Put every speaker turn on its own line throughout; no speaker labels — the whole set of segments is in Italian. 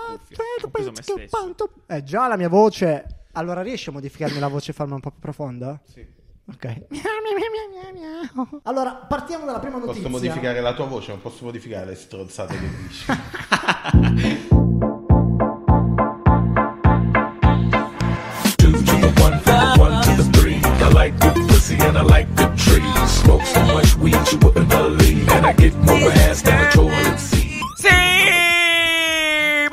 cuffia. Ho preso me stesso.
Eh, già la mia voce. Allora riesci a modificarmi la voce e farla un po' più profonda?
Sì.
Ok. Allora, partiamo dalla prima notizia.
Posso modificare la tua voce, non posso modificare le stronzate che dici.
two to the one, from the one to the three. I like good pussy and I like good trees. Smoke so much weed you wouldn't believe, and I get more ass than a toilet seat.
Sì!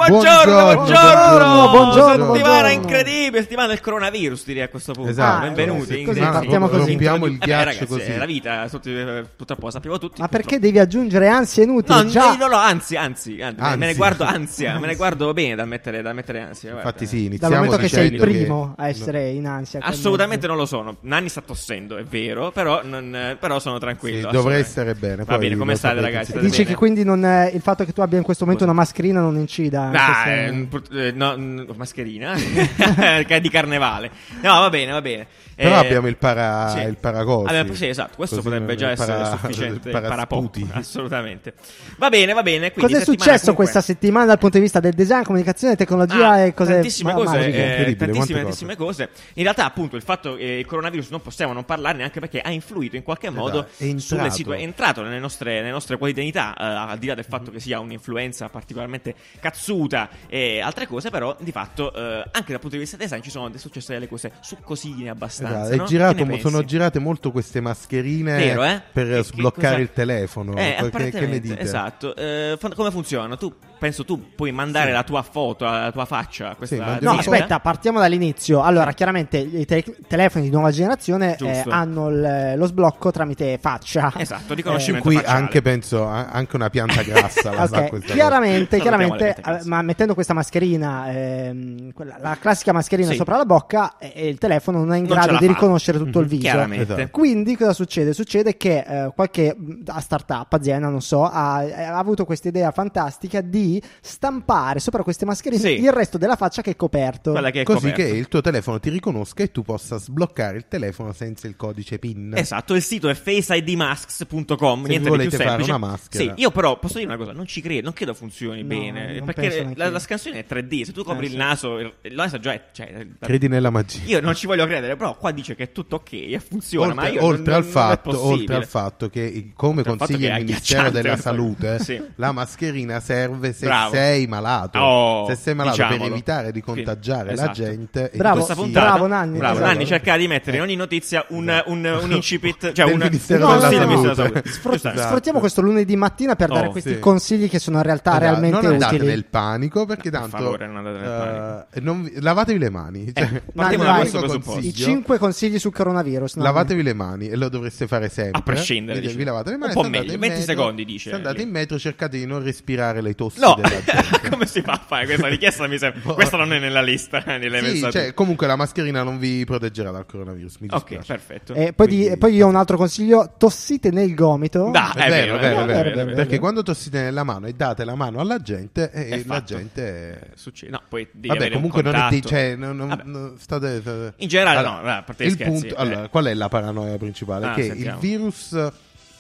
Buongiorno, buongiorno,
buongiorno, buongiorno,
settimana
buongiorno.
incredibile, settimana del coronavirus direi a questo punto. Ah,
Esatto.
Benvenuti.
Così,
in
così,
diretta.
partiamo così.
Rompiamo il
Eh,
ghiaccio
ragazzi,
così.
È la vita, tutti, eh, purtroppo lo sappiamo tutti.
Ma perché devi aggiungere ansia inutile?
No, eh,
già.
no, no, no, anzi, anzi, anzi, me- me ne
Anzi.
guardo ansia, me ne guardo bene da mettere, da mettere ansia. guarda.
Infatti sì,
Dal
iniziamo
momento che sei il
dicendo
primo
che-
a essere in ansia. con
Assolutamente non lo sono. Nanni sta tossendo, è vero, però, non- eh, però sono tranquillo.
Sì, dovrei
assolutamente.
stare bene,
Va
poi
bene, come
lo
state
sapete,
ragazzi?
sì.
State
Dici
bene?
che quindi non, eh, il fatto che tu abbia in questo momento una mascherina non incida. anche
Ah,
se-
eh, pur- eh, no, n- mascherina di carnevale. No, va bene, va bene.
Però
Eh,
abbiamo il para
sì.
il paracorsi.
Abbiamo- sì, esatto, questo
Così
potrebbe
non-
già
il
essere
para-
sufficiente
il
parapop,
parasputi.
assolutamente. Va bene, va bene. Quindi
Cosa è
settimana
successo
comunque-
questa settimana dal punto di vista del design, comunicazione, tecnologia
Ah,
e cose
tantissime
ma-
cose,
magiche?
eh,
Incredibile,
tantissime,
quante
tantissime cose. In realtà, appunto, il fatto che il coronavirus non possiamo non parlarne anche perché ha influito in qualche modo
Esatto, è entrato.
sulle situa- è entrato nelle nostre, nelle nostre quotidianità, eh, al di là del
Mm-hmm.
fatto che sia un'influenza particolarmente cazzuta e altre cose, però di fatto eh, anche dal punto di vista design ci sono successe delle cose succosine abbastanza.
Esatto, è
no?
girato-
Che ne pensi?
sono girate molto queste mascherine
Vero, eh?
per
Che- che
sbloccare
cosa-
il telefono.
Eh,
Perché- che ne
apparentemente,
dite?
Esatto. Eh, fa- come funziona? Tu, penso tu puoi mandare la tua foto, la tua faccia a questa
Sì, mandi
No,
Sì.
aspetta, partiamo dall'inizio. Allora, chiaramente i te- telefoni di nuova generazione eh,
Giusto.
hanno il- lo sblocco tramite faccia.
Esatto,
Sì,
riconoscimento
Eh, qui
facciale.
anche penso a- anche una pianta grassa la sa
Ok,
questa cosa.
chiaramente,
Salutiamo le
chiaramente
mette cazzo.
eh, ma mettendo questa mascherina, ehm, quella- la classica mascherina
Sì.
sopra la bocca, eh, eh, il telefono non è in
Non ce
grado
la
di
fa.
riconoscere tutto il
Mhm,
viso.
Chiaramente.
Esatto.
Quindi cosa succede? Succede che eh, qualche mh, a startup, azienda, non so, ha, eh, ha avuto questa idea fantastica di stampare sopra queste mascherine
Sì.
il resto della faccia che è coperto.
Quella che è
Così
coperta.
che il tuo telefono ti riconosca e tu possa sbloccare il telefono senza il codice PIN.
Esatto, il sito è faceidmasks.com,
Se
niente di
volete
più
fare
semplice.
una maschera.
Sì, io però posso dire una cosa, non ci credo, non credo funzioni
No,
bene,
non penso
perché
neanche
la,
io.
la scansione è 3D, se tu copri
Eh,
il
sì.
naso, il il naso già è... Cioè,
Credi nella magia.
Io non ci voglio credere, però qua dice che è tutto ok e funziona,
Oltre,
ma io
oltre
non-
al
non è
fatto,
possibile.
oltre al fatto che, il- come
Oltre al fatto
consiglia
che è
il Ministero
agghiacciante
della
poi.
Salute,
Sì.
la mascherina serve se
Bravo.
sei malato.
Oh,
se sei malato per
diciamolo.
evitare di
Quindi,
contagiare la
esatto.
gente, è
Bravo,
impossibile.
puntata- bravo, Nanni,
Bravo,
esatto.
Nanni cerca di mettere in ogni notizia un,
Esatto.
un, un incipit, cioè
Del
un
Ministero
un
della
consiglio del
Salute.
Ministero della Salute.
Sfrutta-
Esatto.
Esatto.
Sfruttiamo questo lunedì mattina per
Oh,
dare questi
sì.
consigli che sono in realtà
Esatto,
realmente
non andate
utili.
nel panico perché
Per
tanto
favore, non andate nel Eh,
eh, non vi- lavatevi le mani cioè,
partiamo
il
da
mio
questo
consiglio-
presupposto.
I 5 consigli sul coronavirus. no? Eh,
Lavatevi le mani e lo dovreste fare sempre.
A prescindere,
Quindi
dici.
vi lavate le mani.
Un po'
se andate
meglio,
in
20
metro-
secondi, dice
Se andate
lì.
in metro, cercate di non respirare le tosse.
No,
della gente.
come si fa a fare questa richiesta? Mi sembra.
Boh.
Questa non è nella lista eh, delle
Sì,
messaggi.
cioè, comunque la mascherina non vi proteggerà dal coronavirus. Mi dispiace. Eh,
ok, perfetto.
E poi, di-
Quindi-
e poi io ho un altro consiglio: tossite nel gomito.
Dai. Ah,
è,
è
vero, è vero, è vero,
vero, vero.
Perché quando tossite nella mano e date la mano alla gente, eh,
È
la
fatto.
gente.
Eh, succede. No, poi devi
Vabbè,
avere un
comunque non è di-
contatto.
cioè, non- non-
Vabbè.
non- state, state-
In generale, no, vabbè, a parte gli
il
scherzi,
punto-
eh.
allora, qual è la paranoia principale?
Ah,
che
sentiamo.
il virus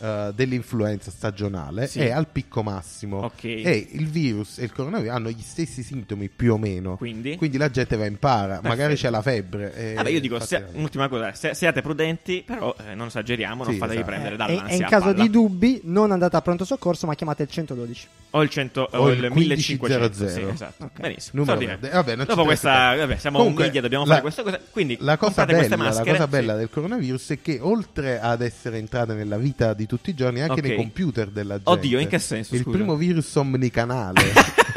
eh, dell'influenza stagionale
Sì.
è al picco massimo
Ok.
e il virus e il coronavirus hanno gli stessi sintomi più o meno.
Quindi?
la gente va in para, magari c'è la febbre. e-
Vabbè, io dico,
infatti-
sia- un'ultima cosa, se- siate prudenti, però eh, non esageriamo, non
Sì,
fatevi
esatto.
prendere
Eh,
dall'ansia.
e, e in
a
caso
palla.
di dubbi, non andate al pronto soccorso, ma chiamate il 112.
O il, 100, o
O
il
il
1500.
1500.
Sì, esatto.
Ok.
Benissimo.
Numero
straordinario.
verde. Vabbè, non ci
Dopo
interessa
questa,
tanto.
vabbè, siamo
Comunque,
un media, dobbiamo
la-
fare questa cosa. Quindi,
la cosa,
comprate
bella,
queste maschere.
la cosa bella
Sì.
del coronavirus è che oltre ad essere entrata nella vita di tutti i giorni, anche
Ok.
nei computer della gente.
Oddio, in che senso,
Il
scusa?
primo virus omnicanale.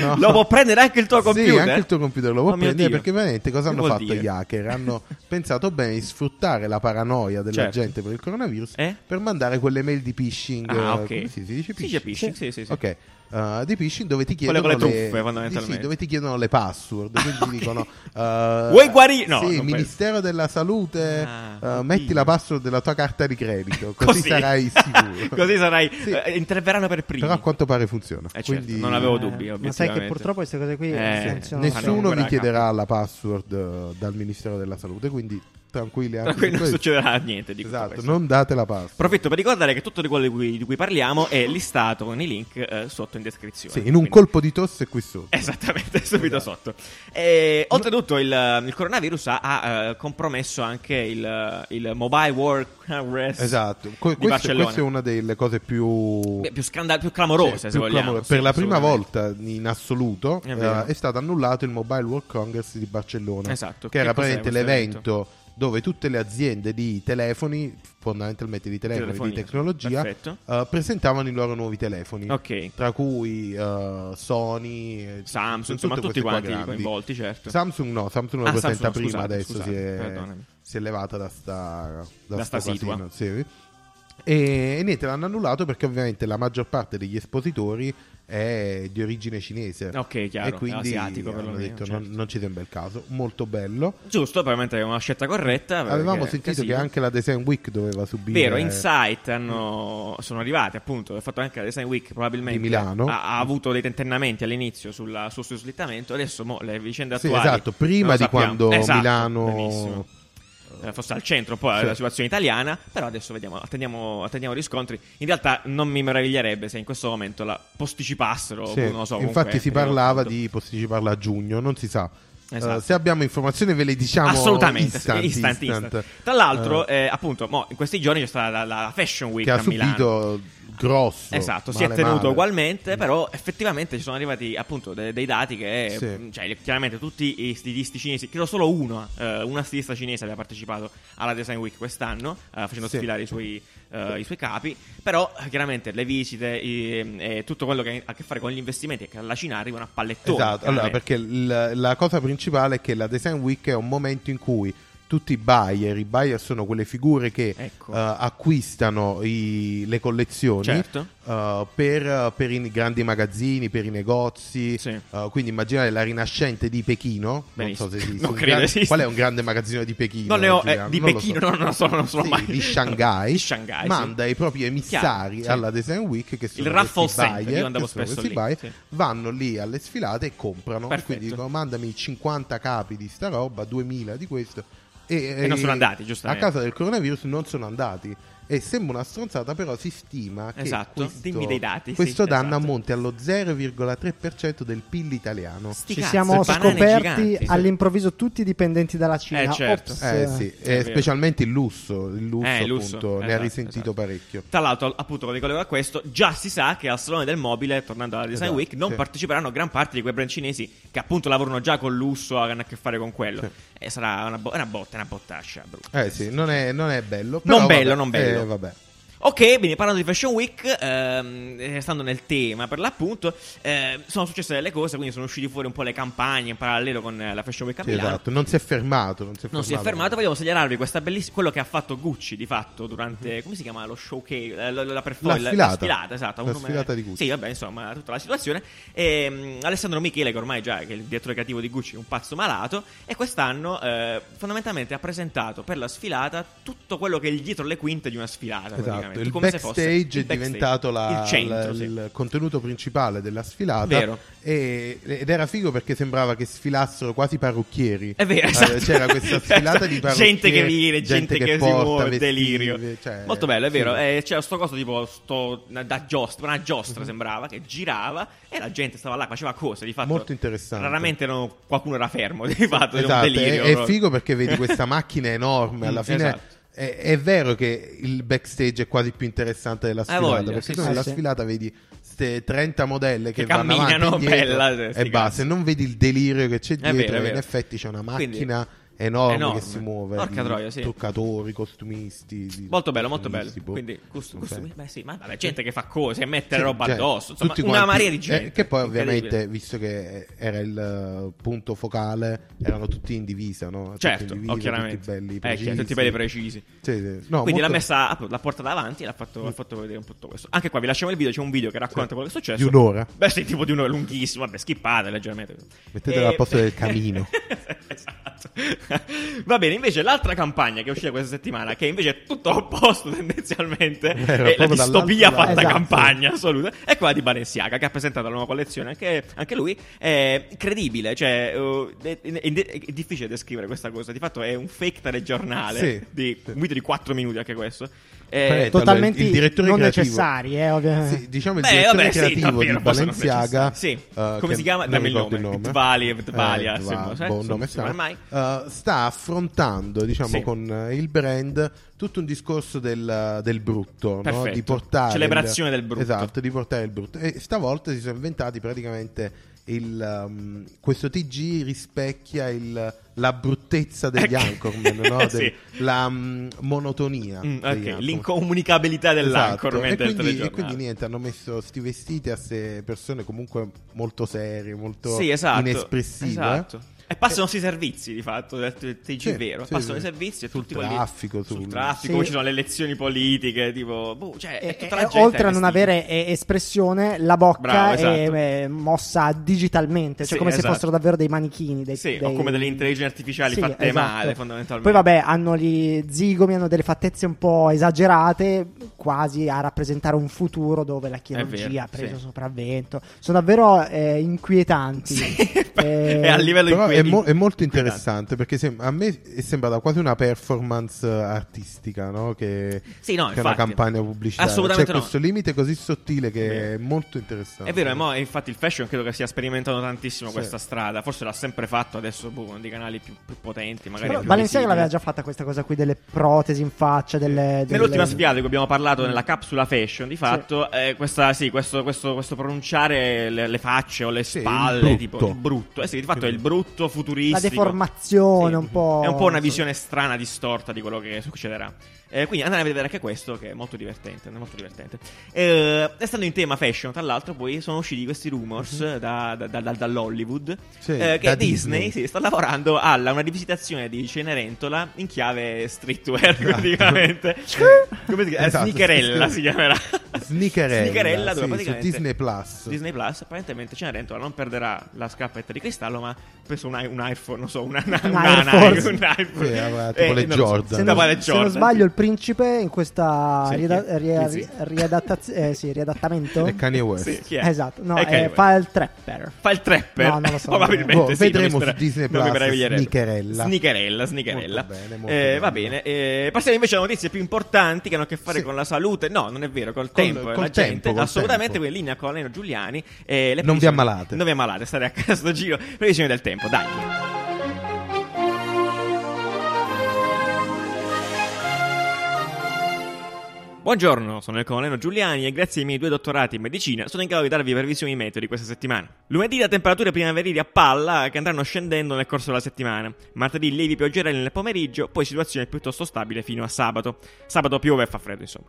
No.
Lo può prendere anche il tuo computer.
Sì, anche il tuo computer lo può
Oh mio
prendere
Dio.
perché veramente cosa
Che
hanno
vuol
fatto
dire?
gli hacker? Hanno pensato bene di sfruttare la paranoia della
Certo.
gente per il coronavirus
Eh?
per mandare quelle mail di phishing.
Ah,
eh,
ok.
come si, si
Sì,
dice
c'è
phishing?
phishing, sì, sì, sì.
Ok, eh, di phishing dove ti
Quelle
chiedono
con le
le-
truffe, fondamentalmente.
sì, sì, dove ti chiedono le password, quindi
Ah, ok.
ti dicono eh,
Vuoi guarire- no,
sì,
non
Ministero della Salute,
Ah,
eh,
oddio.
metti la password della tua carta di credito, così, sarai sicuro.
Così sarai.
Sì.
eh, interverranno per primi.
Però a quanto pare funziona.
Eh, certo,
quindi
non avevo dubbi,
Eh, ma sai
obiettivamente.
che purtroppo queste cose qui
Eh,
funzionano.
fanno
Nessuno
ancora
vi
capo.
chiederà la password eh, dal Ministero della Salute, quindi tranquilli anche
Tranquilli,
su
non
questo.
succederà niente di tutto
Esatto,
questo.
non date la pasta.
Approfitto per ricordare che tutto di quello di cui, di cui parliamo è listato nei link eh, sotto in descrizione.
Sì, in un
Quindi- Eh,
colpo di tosse qui sotto.
Esattamente, subito
Esatto.
sotto. E, oltretutto il, il coronavirus ha, ha, eh, compromesso anche il, il Mobile World Congress
Esatto,
di
Que- questa,
Barcellona.
questa è una delle cose più...
Beh, più, scandal- più clamorose,
Sì,
se
più
vogliamo.
clamore-
sì,
per la prima
assolutamente.
volta in assoluto
È
eh,
vero.
è, stato annullato il Mobile World Congress di Barcellona,
Esatto,
che
che
era
cos'è
praticamente
questo
l'evento dove tutte le aziende di telefoni, fondamentalmente di telefoni, di
Telefonia.
tecnologia,
Perfetto.
eh, presentavano i loro nuovi telefoni.
Ok.
Tra cui eh, Sony, eh,
Samsung,
tutte
insomma, tutti
queste qua
quanti i
grandi.
coinvolti, certo.
Samsung no, Samsung lo
Ah,
presenta
Samsung,
prima,
scusate,
adesso
scusate,
si, è,
perdonami.
si è levata da sta, da
Da
sto
sta situa.
casino, sì. E, e niente, l'hanno annullato perché ovviamente la maggior parte degli espositori è di origine cinese.
Ok, chiaro,
E quindi
asiatico,
hanno
perlomeno,
detto
certo.
non, non ci sembra il caso. Molto bello.
Giusto, probabilmente è una scelta corretta. perché- eh
Avevamo sentito
sì.
che anche la Design Week doveva subire...
Vero, Insight hanno- sono arrivati appunto, ha fatto anche la Design Week probabilmente
Di Milano.
Ha, ha avuto dei tentennamenti all'inizio sulla- sul suo slittamento, adesso mo, le vicende
Sì,
attuali
esatto, prima
non lo
di
sappiamo.
quando
Esatto,
Milano-
benissimo. Eh, fosse al centro poi
Sì.
la situazione italiana, però adesso vediamo, attendiamo, attendiamo riscontri. In realtà non mi meraviglierebbe se in questo momento la posticipassero,
Sì,
oppure non lo so, comunque,
infatti si
teniamo
parlava
conto.
di posticiparla a giugno, non si sa.
Esatto.
Eh, se abbiamo informazioni ve le diciamo
Assolutamente,
instant,
instant,
instant.
instant. Tra l'altro,
Eh,
eh, appunto, mo, in questi giorni c'è stata la, la Fashion Week
che
a
ha
Milano.
subito grosso.
Esatto, si è
Boh, male,
tenuto
male. Mm.
ugualmente, però effettivamente ci sono arrivati appunto de- dei dati che,
Sì.
mh, cioè, chiaramente tutti i stilisti cinesi, credo solo uno, eh, una stilista cinese aveva partecipato alla Design Week quest'anno, eh, facendo
Sì.
sfilare i suoi, eh, i suoi capi, però eh, chiaramente le visite i- e tutto quello che ha a che fare con gli investimenti che alla Cina arrivano a pallettoni.
Esatto, allora
chiaramente.
perché il- la cosa principale è che la Design Week è un momento in cui tutti i buyer, i buyer sono quelle figure che
Ecco.
eh, acquistano i- le collezioni
Certo.
eh, per, per i grandi magazzini, per i negozi,
Sì.
eh, quindi immaginate la rinascente di Pechino,
Benissimo.
non so se esiste,
Non
un
credo
gran-
esista.
qual è un grande magazzino di Pechino?
Non ne ho, eh,
Giuliano?
di
Non lo
Pechino,
so.
no, non sono, non sono
Sì,
mai.
di Shanghai,
Di Shanghai, sì.
manda i propri emissari
Chiaro, sì.
alla Design Week che sono
raffle
questi
center,
buyer,
io andavo
che sono
spesso lì,
questi buyer,
sì.
vanno lì alle sfilate e comprano
Perfetto.
quindi dicono mandami 50 capi di sta roba 2000 di questo e,
E non sono andati, giustamente.
a causa del coronavirus non sono andati e sembra una stronzata però si stima che
Esatto,
questo,
dimmi dei dati, sì,
questo danno
esatto.
ammonti allo 0,3% del PIL italiano
Sti
Ci
cazzi,
siamo
banane
scoperti
giganti, sì.
all'improvviso tutti dipendenti dalla Cina.
Eh, certo.
Ops.
eh sì,
È
e
vero.
specialmente il lusso, il lusso,
Eh,
appunto,
lusso,
ne ha
esatto,
risentito
esatto.
parecchio.
Tra l'altro, appunto, lo ricollego a questo, già si sa che al Salone del Mobile, tornando alla Design
Esatto,
Week, non
sì.
parteciperanno gran parte di quei brand cinesi che appunto lavorano già con lusso, hanno a che fare con quello. E sarà una, bo- è una botta, è una bottascia brutta.
Eh sì, non è, non è bello.
Non
però
bello,
vabbè,
non bello.
eh, vabbè.
Ok, quindi parlando di Fashion Week, ehm, eh, stando nel tema per l'appunto, ehm, sono successe delle cose, quindi sono uscite fuori un po' le campagne in parallelo con eh, la Fashion Week a
Sì,
Milano.
esatto, non si è fermato. Non si è fermato.
Non si è fermato, vogliamo segnalarvi questa belliss- quello che ha fatto Gucci di fatto durante come si chiama lo showcase, eh, la, la, la perform-
La sfilata.
esatto, ha
La
un nome-
sfilata di Gucci.
Sì, vabbè, insomma, tutta la situazione. E, mm, Alessandro Michele, che ormai già che è il direttore creativo di Gucci, è un pazzo malato e quest'anno eh, fondamentalmente ha presentato per la sfilata tutto quello che è il dietro le quinte di una sfilata,
Esatto,
praticamente,
il
come se fosse
backstage
il
è
backstage,
diventato la-
il centro,
la-
sì.
il contenuto principale della sfilata.
Vero.
E- ed era figo perché sembrava che sfilassero quasi parrucchieri.
È vero,
Eh,
esatto.
C'era questa sfilata di
Esatto.
parrucchieri.
Gente che viene, gente, che, si
porta
muove,
vestive,
delirio.
cioè,
Molto bello, è vero.
sì.
eh, c'era sto coso tipo sto, da giostra, una giostra
Mhm.
sembrava, che girava e la gente stava là, faceva cose, di fatto.
Molto interessante.
Raramente erano- qualcuno era fermo, di fatto, era
Esatto,
un delirio.
è- è,
proprio.
figo perché vedi questa macchina enorme alla
Mm,
fine.
esatto.
È, è vero che il backstage è quasi più interessante della sfilata
voglia,
perché
Eh, sì,
tu
sì,
nella
sì.
sfilata vedi queste 30 modelle che,
Che
vanno
camminano,
avanti e indietro,
bella, sì,
e basta.
cazzo.
E non vedi il delirio che c'è
È
dietro.
vero, è
e in
vero.
effetti c'è una
Quindi-
macchina enorme,
enorme.
che si muove.
Porca
di
troia, sì.
Truccatori, costumisti. di-
Molto bello, molto bello.
costumisti, boh.
Quindi, gusto,
Non so.
gusto- beh, sì, ma vabbè, gente che fa cose, mettere
Cioè, Sì,
roba
cioè,
addosso, insomma,
tutti
una
quanti-
marea di gente.
eh, che poi
incredibile.
ovviamente, visto che era il eh, punto focale, erano tutti in divisa, no? Tutti
Certo,
in divisa,
oh, chiaramente.
Tutti belli
Eh,
precisi.
chiaro, tutti belli precisi.
Sì, sì. No,
Quindi
molto-
l'ha messa appunto, l'ha portata avanti e l'ha fatto, l'ha fatto vedere un po' tutto questo. Anche qua vi lasciamo il video, c'è un video che racconta quello che è successo.
Di un'ora.
Beh, sì, tipo di un'ora lunghissimo, vabbè, schippate leggermente.
Mettetelo al posto del camino.
esatto. esatto. Va bene, invece l'altra campagna che è uscita questa settimana, che invece è tutto l'opposto tendenzialmente,
Vero,
è la
proprio dall'altro
distopia
lato.
fatta
Esatto.
campagna assoluta, è quella di Balenciaga che ha presentato la nuova collezione, anche, anche lui è credibile, cioè eh, è, è- è- è difficile descrivere questa cosa, di fatto è un fake telegiornale
Sì.
di un video di 4 minuti anche questo.
Prego.
Eh,
Totalmente
il direttore
non
creativo.
necessari, eh, ovviamente.
Sì, diciamo il
Beh,
direttore
vabbè, sì,
creativo
davvero,
di
forse non
Balenciaga.
necessario. Sì.
eh,
Come
che
si chiama?
non
Dammi il nome.
ricordo il nome. Eh, boh,
Dvali e Vbalia, se
Dva-
vuoi, sai?
buon
Sì,
nome
sì, ormai.
strano. Eh, sta affrontando, diciamo,
Sì.
con eh, il brand tutto un discorso del, del brutto, no?
Perfetto.
di portare
Celebrazione del brutto.
Esatto, di portare il brutto. E stavolta si sono inventati praticamente il, um, questo TG rispecchia il- la bruttezza degli
Ecco.
Anchorman, no? Del-
Sì.
la mm, monotonia
Mm, ok,
degli Anchorman.
L'incomunicabilità dell'Anchor
Esatto. e,
mentre il
quindi, e
telegiornale.
quindi niente, hanno messo sti vestiti a queste persone comunque molto serie, molto
Sì, esatto.
inespressive. eh?
Esatto. E passano sui servizi, di fatto, eh, del del TG
Sì,
vero.
sì,
passano
sì.
i servizi e
Sul
tutti quelli-
traffico,
sul
sul-
traffico,
Sì.
poi ci sono le elezioni politiche, tipo, boh, cioè, è
E-
tutta
e-
la gente
eh, oltre a non
vestita.
avere eh, espressione, la bocca
Bravo, esatto.
è eh, mossa digitalmente, cioè
Sì,
come se
esatto.
fossero davvero dei manichini. Dei,
Sì,
dei-
o come delle intelligenze artificiali
Sì,
fatte
esatto.
male, fondamentalmente.
Poi, vabbè, hanno gli zigomi, hanno delle fattezze un po' esagerate, quasi a rappresentare un futuro dove la chirurgia
vero,
ha preso
sì.
sopravvento. Sono davvero eh, inquietanti. Eh,
è a livello
Però
di
è, mo- è molto interessante perché sem- a me è sembrata quasi una performance eh, artistica, no? Che,
Sì, no,
che è una
infatti.
campagna pubblicitaria.
Assolutamente
C'è
no.
questo limite così sottile che
Vero.
è molto interessante.
È vero, e mo, infatti il fashion credo che stia sperimentando tantissimo
Sì.
questa strada. Forse l'ha sempre fatto, adesso boh, uno dei canali più, più potenti, magari.
però
più
Balenciaga
visibili.
l'aveva già fatta questa cosa qui delle protesi in faccia. Delle, delle-
Nell'ultima sfida di cui abbiamo
Mm.
parlato nella capsula fashion, di fatto, eh, questa- sì, questo, questo- questo pronunciare le, le facce o le
Sì, il
spalle,
brutto.
tipo il brutto. Eh sì, di fatto è il brutto
La
futuristico.
deformazione
Sì.
un po'.
È un po' una visione strana, distorta di quello che succederà. Eh, quindi andate a vedere anche questo, che è molto divertente. è Molto divertente. Eh, essendo in tema fashion, tra l'altro, poi sono usciti questi rumors
Mhm.
da- da- da- dall'Hollywood
Sì,
eh, che
da
Disney,
Disney.
sì, sta lavorando alla una rivisitazione di Cenerentola in chiave streetwear, praticamente. Come si chiama? Eh,
Esatto,
Snickerella
sì.
si chiamerà.
Snicherella,
Snickerella, dove
sì,
praticamente-
su Disney Plus.
Disney Plus, apparentemente Cenerentola non perderà la scarpetta di cristallo, ma penso un, i- un iPhone, non so, una, una,
Un
una-
Air Force.
un iPhone. Eh,
Sì, aveva tipo le
non lo so,
Jordan.
se
da
non,
quale
se non
Jordan.
sbaglio, il principe in questa
Sì,
riada-
chi-
ria-
chi- sì.
riadattaz- eh, sì, riadattamento.
E Kanye West.
Sì, chi è?
Esatto, no,
È Kanye
eh,
West.
fa il trapper.
Fa il trapper?
No, non lo so.
Probabilmente
Boh,
sì,
vedremo
non mi
su
spera-
Disney
non mi
Plus,
meraviglierebbe.
Snicherella.
Snicherella, Snicherella.
Molto bene, molto
Eh,
bene.
Va bene. eh, passiamo invece alle notizie più importanti che hanno a che fare
Sì.
con la salute. No, non è vero, col
Col-
tempo. e
col
la
tempo,
gente.
col
Assolutamente,
tempo.
quindi in linea con Aleno Giuliani. eh, le
Non vi
previsioni-
ammalate.
Non vi ammalate, stare a casa sto giro. Previsioni del tempo, dai. Buongiorno, sono il colonnello Giuliani e grazie ai miei due dottorati in medicina sono in grado di darvi previsioni meteo di questa settimana. Lunedì da temperature primaverili a palla che andranno scendendo nel corso della settimana. Martedì lievi pioggerelli nel pomeriggio, poi situazione piuttosto stabile fino a sabato. Sabato piove e fa freddo, insomma.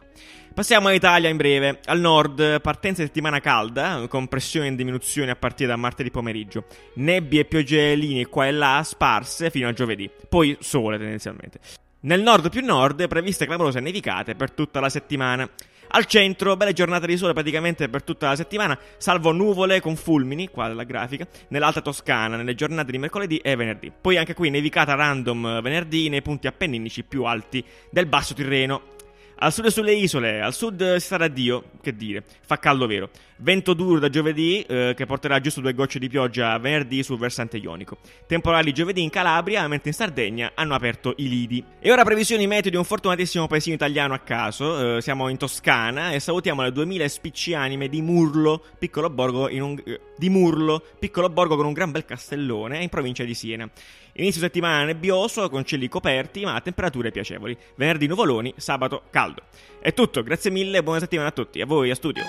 Passiamo all'Italia in breve. Al nord, partenza di settimana calda, con pressione in diminuzione a partire da martedì pomeriggio. Nebbie e pioggeline qua e là sparse fino a giovedì. Poi sole tendenzialmente. Nel nord più nord, previste clamorose nevicate per tutta la settimana. Al centro, belle giornate di sole praticamente per tutta la settimana, salvo nuvole con fulmini, qua la grafica, nell'alta Toscana, nelle giornate di mercoledì e venerdì. Poi anche qui nevicata random eh, venerdì nei punti appenninici più alti del basso Tirreno. Al sud e sulle isole, al sud eh, si sarà Dio, che dire, fa caldo vero. Vento duro da giovedì, eh, che porterà giusto due gocce di pioggia venerdì sul versante ionico. Temporali giovedì in Calabria, mentre in Sardegna hanno aperto i lidi. E ora previsioni meteo di un fortunatissimo paesino italiano a caso. eh, siamo in Toscana e salutiamo le 2000 spicci anime di Murlo, piccolo borgo, in un- eh, di Murlo, piccolo borgo con un gran bel castellone, in provincia di Siena. Inizio settimana nebbioso, con cieli coperti, ma a temperature piacevoli. Venerdì nuvoloni, sabato caldo. È tutto, grazie mille, buona settimana a tutti. A voi, a studio.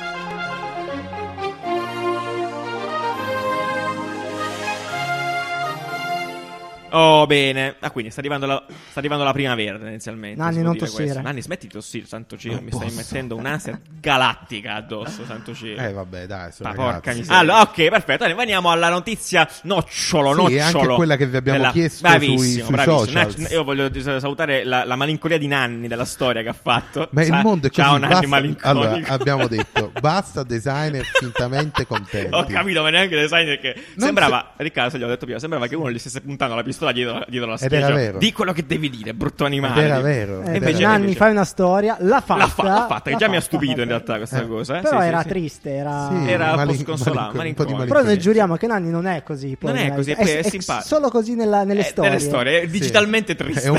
Oh, bene. Ah, quindi sta arrivando la, sta arrivando la primavera, tendenzialmente.
Nanni,
si può
non
dire
tossire.
questo. Nanni, smetti di tossire, santo cielo.
Non
Mi stai
posso.
mettendo un'ansia galattica addosso, santo cielo.
Eh vabbè, dai, sono
Ah,
Ma porca
ragazzi.
miseria. Allora, ok, perfetto. Allora, veniamo alla notizia nocciolo,
Sì,
nocciolo.
e anche quella che vi abbiamo chiesto
Bravissimo,
sui- sui
bravissimo.
socials.
Na- io voglio dis- salutare la, la malinconia di Nanni della storia che ha fatto.
Ma
Sa-
il mondo è così
Ciao, Nanni
basta-
malinconico.
Allora, abbiamo detto basta designer fintamente contenti.
Ho capito, ma neanche il designer che
Non
sembrava, Riccardo, se gli ho detto prima, sembrava che uno gli stesse puntando la pistola dietro, dietro la
Ed
schiena.
era vero.
Di quello che devi dire, brutto animale.
Ed era
Di-
vero.
Eh,
E
Ed era
invece-
vero.
Nanni,
invece-
fai una storia. L'ha fatta.
L'ha, fa- l'ha fatta, che
l'ha
già mi ha
fatta,
stupito in
vabbè.
realtà questa
Eh.
cosa. eh,
Però
sì,
era
sì, sì.
triste, era...
Sì.
Era un po'
Malin-
sconsolato,
malinco- un po' di
malinconico.
Però noi
Sì.
giuriamo che Nanni non è così. poi,
Non è
in
così,
realtà.
poi è
s-
simpatico.
solo così nella- nelle
Eh,
storie.
nelle storie, è
Sì.
digitalmente triste.
È un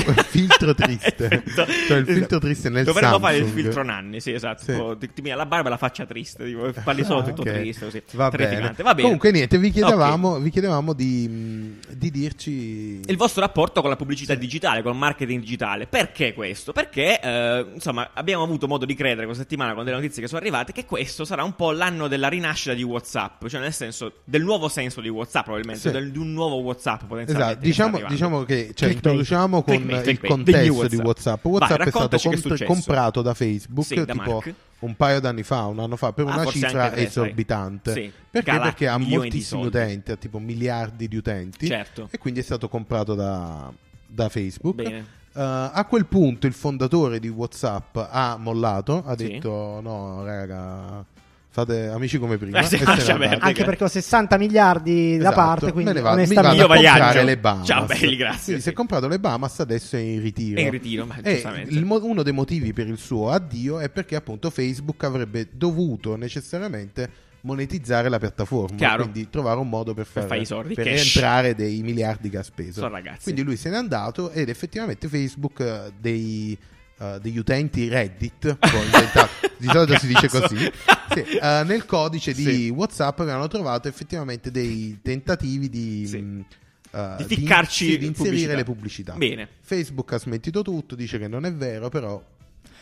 filtro triste.
Esatto.
Cioè, il filtro triste nel
Dovremmo fare il
Samsung.
filtro nanni, sì, esatto.
Sì. Ah,
Tipo, ti- ti mira la barba e la faccia triste, tipo, parli solo tutto
Ok.
triste, così.
Va bene.
Terrificante. Va bene.
Comunque, niente, vi chiedevamo,
Ok.
vi chiedevamo di, mh, di dirci.
Il vostro rapporto con la pubblicità digitale, col marketing digitale, perché questo? Perché, eh, insomma, abbiamo avuto modo di credere questa settimana con delle notizie che sono arrivate che questo sarà un po' l'anno della rinascita di WhatsApp, cioè nel senso del nuovo senso di WhatsApp, probabilmente,
Sì.
del- di un nuovo WhatsApp potenzialmente.
Esatto,
che sta
diciamo,
arrivando.
diciamo che cioè,
Clickbait.
introduciamo con
Clickbait,
il
clickbait, degli
contesto
WhatsApp.
di WhatsApp.
Vai,
WhatsApp è stato
raccontaci che è
comp-
successo.
comprato da Facebook
Sì, da
tipo
Mark.
un paio d'anni fa, un anno fa, per
Ah,
una
forse
cifra
anche tre, sai.
esorbitante.
Sì,
Perché?
cala
Perché ha
milioni di
moltissimi
soldi.
utenti, ha tipo miliardi di utenti.
Certo.
E quindi è stato comprato da, da Facebook.
Bene.
Eh, a quel punto il fondatore di WhatsApp ha mollato, ha
Sì.
detto no raga, fate amici come prima.
Eh, sì,
e se n'è
lascia
andato.
perdere.
Anche perché ho 60 miliardi da
Esatto,
parte,
me
quindi
ne vado, mi
onestamente...
Io
vado a
viaggio.
comprare le Bahamas.
Ciao, belli, grazie,
Quindi
sì.
si è comprato le Bahamas, adesso è in ritiro.
È in ritiro, ma
E
giustamente.
il mo- uno dei motivi per il suo addio è perché appunto Facebook avrebbe dovuto necessariamente monetizzare la piattaforma,
Chiaro.
quindi trovare un modo per, fare,
fare i soldi,
per
cash.
rientrare dei miliardi che ha speso.
Sono ragazzi.
Quindi lui se n'è andato ed effettivamente Facebook eh, dei, eh, degli utenti Reddit, poi inventato- di solito si dice
Cazzo.
così, sì, eh, nel codice di
Sì.
WhatsApp avevano trovato effettivamente dei tentativi di...
Sì.
mh, eh,
Di ficcarci
sì, di inserire
pubblicità.
le pubblicità.
Bene.
Facebook ha smentito tutto, dice che non è vero, però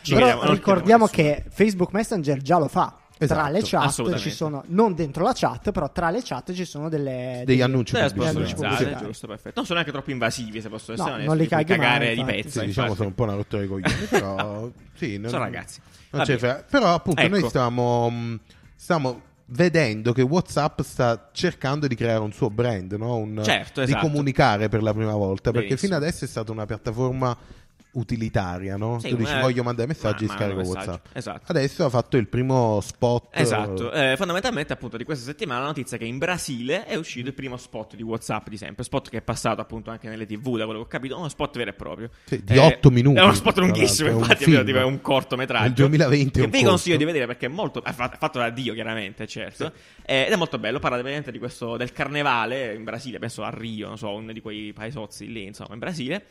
Ci
Però
vediamo, non
ricordiamo
chiediamo
che
a
Facebook Messenger già lo fa. tra
Esatto,
le chat
assolutamente.
ci sono, non dentro la chat, però tra le chat ci sono delle,
degli
delle-
annunci
Deve
pubblicità.
sponsorizzare,
Pubblicità.
Cioè, giusto, perfetto. Non sono neanche troppo invasivi, se posso essere
No,
onesto,
non li
ti puoi
caghi mai,
cagare di
infatti.
pezzo.
Sì, diciamo
infatti.
sono un po' una rottura di coglioni, però sì, non,
Sono ragazzi.
non
Va
ce ne
bene.
frega. Però appunto noi
Ecco.
stiamo mh, stiamo vedendo che WhatsApp sta cercando di creare un suo brand, no? Un-
Certo,
di
esatto.
comunicare per la prima volta, perché
Benissimo.
fino adesso è stata una piattaforma utilitaria, no?
Sì,
tu dici
eh,
voglio mandare messaggi e
ma- mando
scarico
messaggi.
WhatsApp.
Esatto.
Adesso ha fatto il primo spot eh,
Esatto, Eh, fondamentalmente appunto di questa settimana la notizia è che in Brasile è uscito il primo spot di Whatsapp di sempre, spot che è passato appunto anche nelle tv da quello che ho capito, uno spot vero e proprio.
Sì, di otto minuti,
Eh, È uno spot
tra l'altro,
lunghissimo,
è un
infatti è,
film.
vero, tipo, è un cortometraggio.
Nel 2020 è
Che
un
vi
corto.
consiglio di vedere perché è molto... È fa- fatto da Dio chiaramente, certo. Eh, ed è molto bello, parla veramente di questo, del carnevale in Brasile, penso a Rio, non so, uno di quei paesozzi lì, insomma, in Brasile.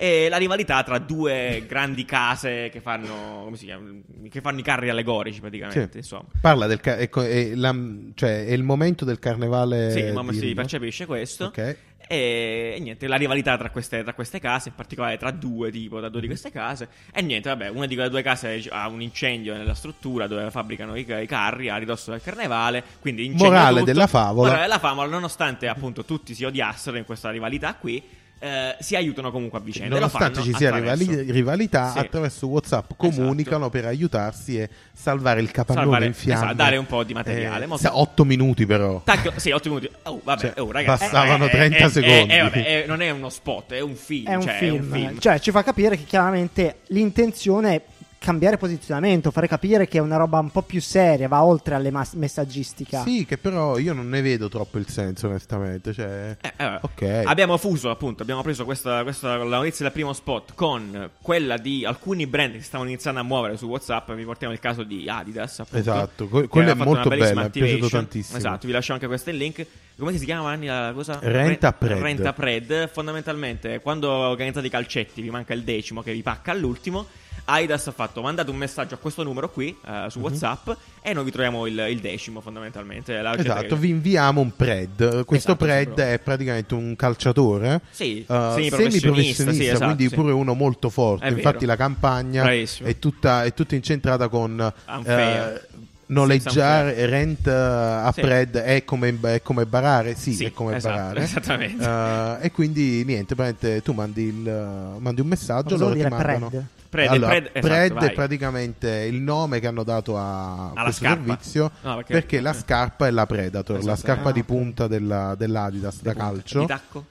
E la rivalità tra due grandi case che fanno, come si chiama, che fanno i carri allegorici praticamente,
Sì.
insomma.
Parla del ca- ecco, è, la- cioè, è il momento del carnevale.
Sì, ma si
di-
percepisce questo.
Eh, Ok.
E, e niente, la rivalità tra queste, tra queste case, in particolare tra due, tipo, da due di
Mhm.
queste case. E niente, vabbè, una di quelle due case ha un incendio nella struttura dove fabbricano i, i carri a ridosso del carnevale. Quindi incendio
Morale
tutto.
della favola.
Morale della favola, nonostante appunto tutti si odiassero in questa rivalità qui, eh, si aiutano comunque a vicenda. e Cioè, lo
Nonostante
fanno
ci sia
attraverso-
rivali- rivalità,
Sì. Esatto.
attraverso WhatsApp comunicano per aiutarsi e salvare il capannone
Salvare-
in fiamme.
esatto, dare un po' di materiale, molto-
8 minuti però.
Tac, sì, 8 minuti. Oh, vabbè,
Cioè,
oh, ragazzi,
passavano
eh, eh,
30
eh,
secondi.
eh, vabbè, eh, non è uno spot, è un film.
È un,
cioè,
film,
È un film.
cioè ci fa capire che chiaramente l'intenzione è cambiare posizionamento, fare capire che è una roba un po' più seria, va oltre alle mas- messaggistica.
Sì, che però io non ne vedo troppo il senso, onestamente. Cioè,
Eh, eh,
ok.
Abbiamo fuso appunto, abbiamo preso questa, questa- la notizia del primo spot con quella di alcuni brand che stavano iniziando a muovere su Whatsapp, vi portiamo il caso di Adidas appunto.
Esatto, que-
che
quello
aveva
è
fatto una
molto
bellissima
bello, mi è piaciuto
activation.
tantissimo.
Esatto, vi lascio anche questo il link. Come si chiama Anni la cosa?
Renta Pred.
Renta Pred, fondamentalmente quando organizzate i calcetti vi manca il decimo che vi pacca all'ultimo. Adidas ha fatto mandate un messaggio a questo numero qui eh,
Mhm.
su WhatsApp e noi vi troviamo il, il decimo fondamentalmente. La gente
Esatto,
che-
vi inviamo un pred. Questo
Esatto,
pred
sembra-
è praticamente un calciatore
Sì,
eh,
semiprofessionista, sì, esatto,
quindi
sì.
pure uno molto forte.
È vero.
Infatti, la campagna
Bravissimo.
è tutta, è tutta incentrata con
Unfair.
eh, noleggiare rent eh, a
Sì.
pred è come, è come barare. Sì,
Sì,
è come
esatto,
barare.
esattamente.
Eh, e quindi niente, praticamente tu mandi, il, eh, mandi un messaggio.
Cosa
Loro
vuol
ti
dire
mandano.
pred?
Pred,
Allora,
pred, esatto,
Pred è
vai.
praticamente il nome che hanno dato a
Alla
questo
scarpa.
servizio
No,
perché,
perché-
la
eh.
scarpa è la Predator, la
Esatto.
scarpa
Ah,
di
ok.
punta della- dell'Adidas da calcio.
Di tacco.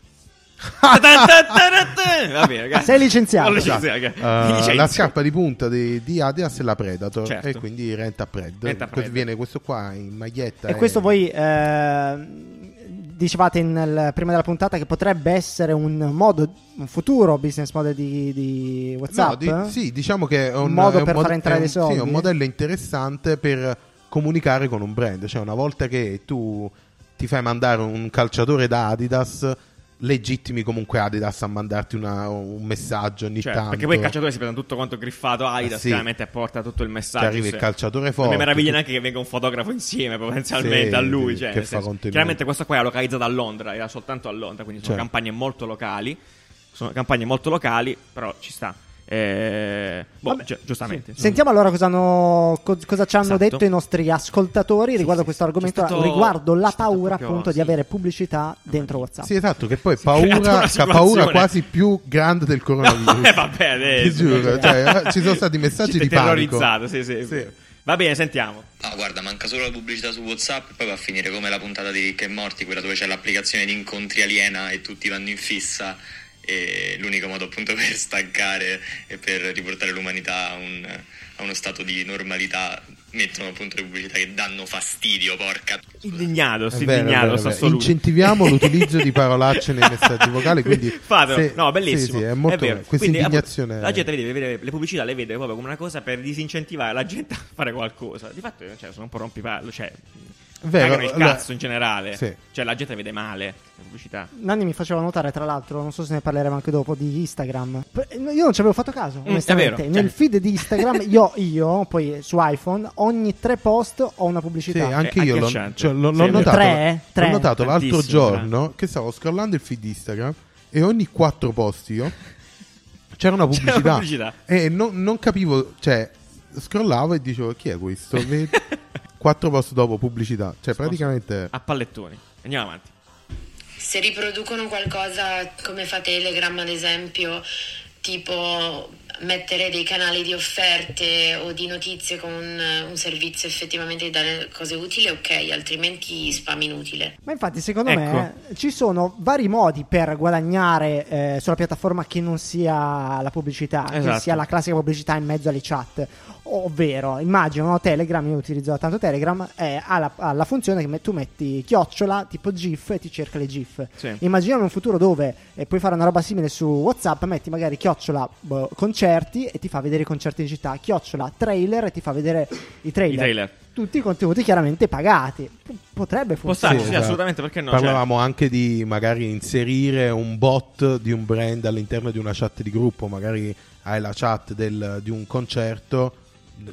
Va bene, ragazzi.
Sei licenziato.
Ho
Esatto.
licenziato, ragazzi.
Eh,
Licenzio.
la scarpa di punta di, di Adidas è la Predator
Certo.
e quindi renta Pred.
Renta Pred.
Que- Viene questo qua in maglietta.
E questo voi ehm, dicevate in- nel- prima della puntata che potrebbe essere un modo, un futuro business model di, di
No,
WhatsApp.
di- sì, diciamo che è un,
Un modo
è un
per
mod-
far entrare
è un-
dei soldi?
Sì, è un modello interessante per comunicare con un brand. Cioè, una volta che tu ti fai mandare un calciatore da Adidas, legittimi comunque Adidas a mandarti una- un messaggio ogni
Cioè,
tanto.
perché poi il calciatore si prende tutto quanto griffato Adidas,
Eh sì.
chiaramente porta tutto il messaggio.
Che arrivi il
se-
calciatore
Non
forte,
mi meraviglia
tu-
neanche che venga un fotografo insieme, potenzialmente,
Sì,
a lui.
sì,
Cioè,
che
nel
fa
senso-
contenuti.
chiaramente questa qua è localizzata a Londra, era soltanto a Londra, quindi sono
Certo.
campagne molto locali. Sono campagne molto locali, però ci sta. Eh, boh,
Vabbè,
gi- giustamente.
Sì. Sentiamo allora cosa hanno, co- cosa ci hanno
Esatto.
detto i nostri ascoltatori riguardo
sì,
questo
sì.
argomento,
C'è stato-
riguardo la
c'è stato
paura
proprio-
appunto di
sì.
avere pubblicità dentro WhatsApp.
Sì, esatto, che poi è
creata una
paura, che ha paura
situazione.
quasi più grande del coronavirus.
Eh, vabbè, adesso.
Ti giuro, cioè, eh, ci sono stati messaggi
Gente
di panico.
terrorizzata, sì, sì, sì. Va bene, sentiamo.
Ah, guarda, manca solo la pubblicità su WhatsApp e poi va a finire come la puntata di Ricca e Morti, quella dove c'è l'applicazione di incontri aliena e tutti vanno in fissa e l'unico modo appunto per staccare e per riportare l'umanità a, un- a uno stato di normalità mettono appunto le pubblicità che danno fastidio, porca...
Indegnato, sto
È vero,
indignato,
è vero,
sto
è vero.
assoluto.
Incentiviamo l'utilizzo di parolacce nei messaggi vocali, quindi
Fatelo.
se-
no, bellissimo.
sì, sì, è molto
vero.
bello. Questa
Quindi,
indignazione-
appunto, La gente le deve vedere, le pubblicità le vede proprio come una cosa per disincentivare la gente a fare qualcosa. Di fatto, cioè, sono un po' rompipallo, cioè
Vero,
cagano il
allora-
cazzo in generale.
Sì.
Cioè, la gente vede male le pubblicità.
Nanni mi faceva notare, tra l'altro, non so se ne parleremo anche dopo, di Instagram. P- Io non ci avevo fatto caso,
è
onestamente.
vero,
Nel
cioè-
feed di Instagram, io, io, poi su iPhone, ogni tre post ho una
Sì,
pubblicità.
anche
Eh,
io
anche
l'ho,
Shanti.
cioè, l'ho-
Sì,
l'ho
è vero.
notato,
Tre,
l'ho
tre.
notato l'altro
Tantissimo,
giorno che stavo scrollando il feed Instagram e ogni quattro posti io c'era una
C'era
pubblicità,
una pubblicità.
e non, non capivo, cioè scrollavo e dicevo chi è questo? Ve- quattro post dopo pubblicità, cioè praticamente
A pallettoni. Andiamo avanti.
se riproducono qualcosa come fa Telegram ad esempio, tipo mettere dei canali di offerte o di notizie con un, un servizio effettivamente di dare cose utili, ok, altrimenti spam inutile.
Ma infatti, secondo
Ecco.
me ci sono vari modi per guadagnare eh, sulla piattaforma che non sia la pubblicità, che
Esatto.
sia la classica pubblicità in mezzo alle chat. Ovvero, immagino no, Telegram, io utilizzo da tanto Telegram, eh, ha, la, ha la funzione che me- tu metti chiocciola tipo GIF e ti cerca le GIF.
Sì.
Immaginiamo un futuro dove eh, puoi fare una roba simile su WhatsApp, metti magari chiocciola boh, concerti e ti fa vedere i concerti in città, chiocciola trailer e ti fa vedere i trailer.
I trailer.
Tutti i contenuti chiaramente pagati. P- potrebbe
Può
funzionare.
starci,
Sì,
sì,
esatto.
assolutamente, perché no? Cioè,
parlavamo anche di magari inserire un bot di un brand all'interno di una chat di gruppo, magari hai la chat del- di un concerto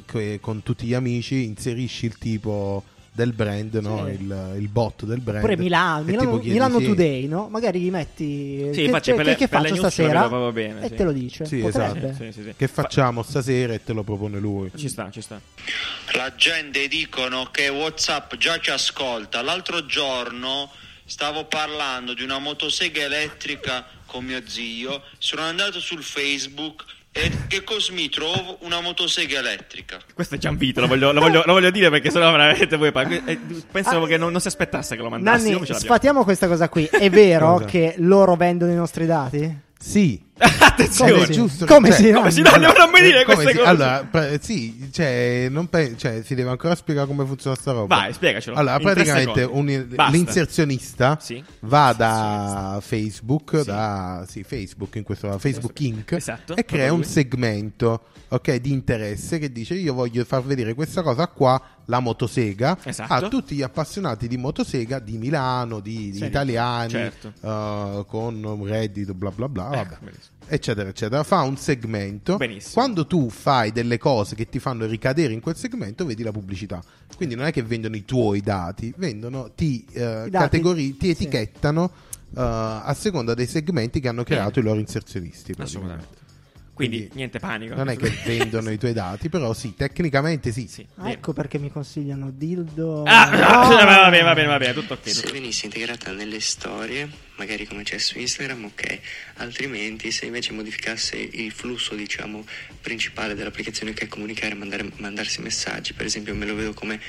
che- con tutti gli amici, inserisci il tipo del brand, no?
Sì.
il, il bot del brand.
Oppure Milano,
E
Milano,
tipo chiedi,
Milano
sì.
Today, no? Magari gli metti
Sì,
che,
infatti,
che-
per le-
che
per le
faccio
news lo
stasera
vedo proprio bene,
e
sì.
te lo dice.
Sì,
Potrebbe.
esatto.
Sì, sì, sì.
Che facciamo stasera e te lo propone lui.
Ci sta, ci sta.
La gente dicono che WhatsApp già ci ascolta. L'altro giorno stavo parlando di una motosega elettrica con mio zio, sono andato sul Facebook e che così mi trovo una motosega elettrica.
Questo è Gianvito, lo voglio, lo voglio, lo voglio dire perché sennò veramente voi. pa- eh, Pensavo
Ah.
che non, non si aspettasse che lo mandassi.
Nanni,
come ce l'abbiamo?
sfatiamo questa cosa qui. È vero
Cosa?
che loro vendono i nostri dati?
Sì,
Attenzione,
Come sì?
giusto. cioè,
Come sì?
come si devono non mi dire
eh, come
queste
si-
cose?
Allora, pre- sì, cioè, non pe- cioè, si deve ancora spiegare come funziona sta roba.
Vai, spiegacelo.
Allora,
In tre
praticamente
secondi.
un-
Basta.
l'inserzionista
Sì.
va da Facebook,
Sì.
da sì, Facebook, in questo caso Facebook Inc.
Esatto,
e crea
proprio
un
lui.
segmento ok, di interesse che dice io voglio far vedere questa cosa qua, la motosega,
Esatto.
a tutti gli appassionati di motosega di Milano, di, di
Sì,
italiani,
certo.
eh, con un reddito, bla bla bla.
Ecco,
Ah, vabbè
benissimo.
eccetera, eccetera. Fa un segmento.
Benissimo.
Quando tu fai delle cose che ti fanno ricadere in quel segmento, vedi la pubblicità. Quindi non è che vendono i tuoi dati, vendono, ti, eh,
I dati.
categori- ti
Sì.
etichettano eh, a seconda dei segmenti che hanno creato i loro inserzionisti. praticamente.
Assolutamente. Quindi,
Quindi,
niente panico.
Non è che vendono i tuoi dati, però sì, tecnicamente sì.
Sì,
Ah,
bene.
ecco perché mi consigliano dildo.
Ah,
No!
va bene, va bene, va bene, tutto ok.
Se
tutto-
venisse integrata nelle storie, magari come c'è su Instagram, ok, altrimenti se invece modificasse il flusso, diciamo, principale dell'applicazione che è comunicare, mandare- mandarsi messaggi, per esempio me lo vedo come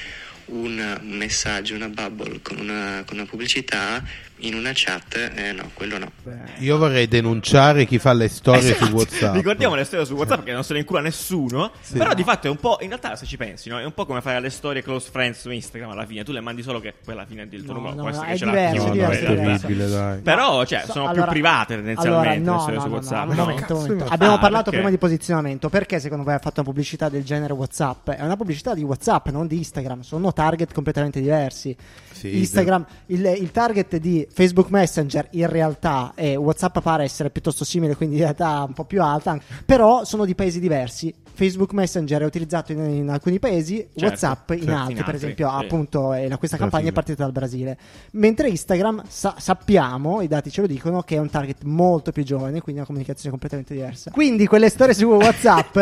un messaggio, una bubble con una, con una pubblicità In una chat, eh no, quello no.
Io vorrei denunciare chi fa le storie
Esatto.
su WhatsApp.
Ricordiamo le storie su WhatsApp che non se ne incula nessuno.
Sì.
Però di fatto è un po'. In realtà, se ci pensi, no? è un po' come fare le storie close friends su Instagram alla fine. Tu le mandi solo che poi alla fine del tuo
No,
numero.
no,
può essere
è
che ce
diverso, è
l'ha
No,
chiuso,
no,
diverso,
in
diverso.
realtà.
terribile, dai.
Però, cioè,
So-
sono
allora-
più private tendenzialmente
allora,
le
no,
storie
no,
su
no,
WhatsApp.
no, un
no?
momento, un
Cazzo,
momento.
mi
Abbiamo
tocca.
parlato
Ah,
prima
ok.
di posizionamento. Perché secondo voi ha fatto una pubblicità del genere WhatsApp? È una pubblicità di WhatsApp, non di Instagram. Sono target completamente diversi.
Sì,
Instagram, il, il target di Facebook Messenger in realtà e WhatsApp pare essere piuttosto simile, quindi in realtà un po' più alta, anche- però sono di paesi diversi. Facebook Messenger è utilizzato in, in alcuni paesi, WhatsApp in
certo, in
altri, per
altri,
esempio,
sì.
appunto, eh, la- questa campagna è
Brasile.
partita dal Brasile. Mentre Instagram sa- sappiamo, i dati ce lo dicono, che è un target molto più giovane, quindi una comunicazione completamente diversa. Quindi quelle storie su WhatsApp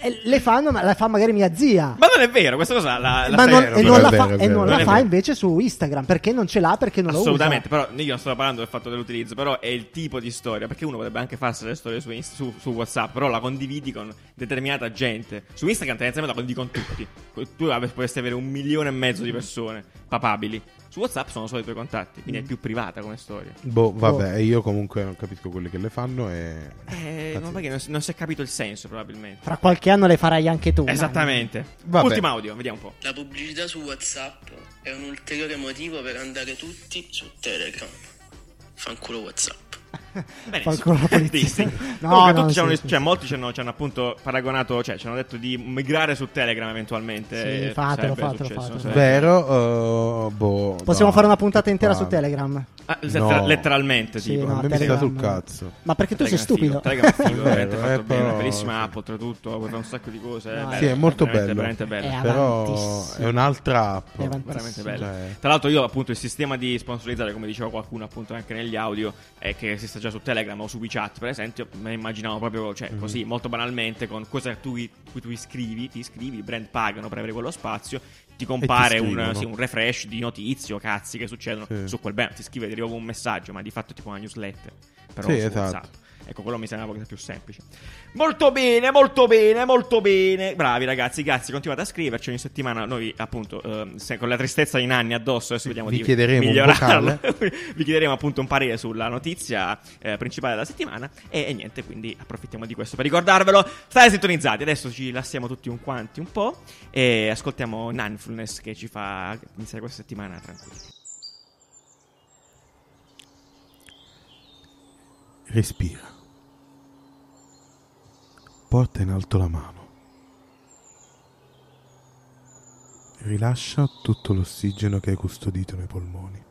eh, le fanno, ma la fa magari mia zia.
Ma non è vero, questa cosa la, la
Ma
stai
non,
vero,
e
però.
non
è
la
vero, è
fa, e
vero,
non
non
la
è
fa
vero.
invece su Instagram perché non ce l'ha, perché non lo usa.
Assolutamente, però io non sto parlando del fatto dell'utilizzo, però è il tipo di storia, perché uno potrebbe anche farsi le storie su, Inst- su, su WhatsApp, però la condividi con determinata gente. Su Instagram tendenzialmente la condividi con tutti. Co- Tu ave- potresti avere un milione e mezzo di persone papabili. Su WhatsApp sono solo i tuoi contatti,
Mm.
quindi è più privata come storia.
Boh, vabbè, io comunque non capisco quelli che le fanno e...
Eh,
Cazzo.
non, perché non, si- non si è capito il senso, probabilmente.
Fra qualche anno le farai anche tu.
Esattamente.
Vabbè.
Ultimo audio, vediamo un po'.
La pubblicità su WhatsApp è un ulteriore motivo per andare tutti su Telegram. Fanculo WhatsApp.
Bene,
Fa ancora la polizia.
Disney.
No,
Comunque
no,
tutti ci
sì,
hanno-
sì.
cioè, molti ci hanno, ci hanno appunto paragonato, cioè ci hanno detto di migrare su Telegram eventualmente.
Sì,
Eh,
fatelo,
sarebbe
fatelo,
successo,
fatelo.
sarebbe-
Vero, eh, boh...
Possiamo
no,
fare una puntata
che
intera su
palle.
Telegram.
Ah, letter-
No.
Letteralmente, tipo.
no,
a me mi
Telegram-
sta sul cazzo.
Ma perché tu sei
Telegram è figo,
stupido?
Telegram è figo,
È
veramente
vero,
fatto
eh,
bene,
però-
bellissima
sì.
app oltretutto, puoi fare un sacco di cose.
No,
bello,
sì, è
molto
veramente, Veramente
bello.
bello.
Eh, avanti,
Però
sì.
è un'altra app.
È avanti.
Veramente
Sì.
bello.
Cioè-
Tra l'altro, io appunto il sistema di sponsorizzare, come diceva qualcuno appunto anche negli audio, è che esiste già su Telegram o su WeChat, per esempio. Me immaginavo proprio cioè,
Mhm.
così, molto banalmente, con cosa tu, cui tu iscrivi, ti iscrivi, i brand pagano per avere quello spazio. Ti compare un,
scrivono.
sì, un refresh di notizie o cazzi che succedono
Sì.
su quel brand. Ti scrive, ti arriva un messaggio, ma di fatto è tipo una newsletter. Però
Sì,
su
esatto.
WhatsApp. Ecco, quello mi sembra una cosa più semplice. Molto bene, molto bene, molto bene. Bravi ragazzi, grazie. Continuate a scriverci ogni settimana. Noi, appunto, ehm, se- con la tristezza di Nanni addosso, adesso vediamo
Vi
di
chiederemo un
migliorarlo. Vi chiederemo appunto un parere sulla notizia eh, principale della settimana. E, e niente, quindi approfittiamo di questo per ricordarvelo. State sintonizzati. Adesso ci lassiamo tutti un quanti un po'. E ascoltiamo Nanfulness che ci fa iniziare questa settimana tranquilli.
Respira. Porta in alto la mano. Rilascia tutto l'ossigeno che hai custodito nei polmoni.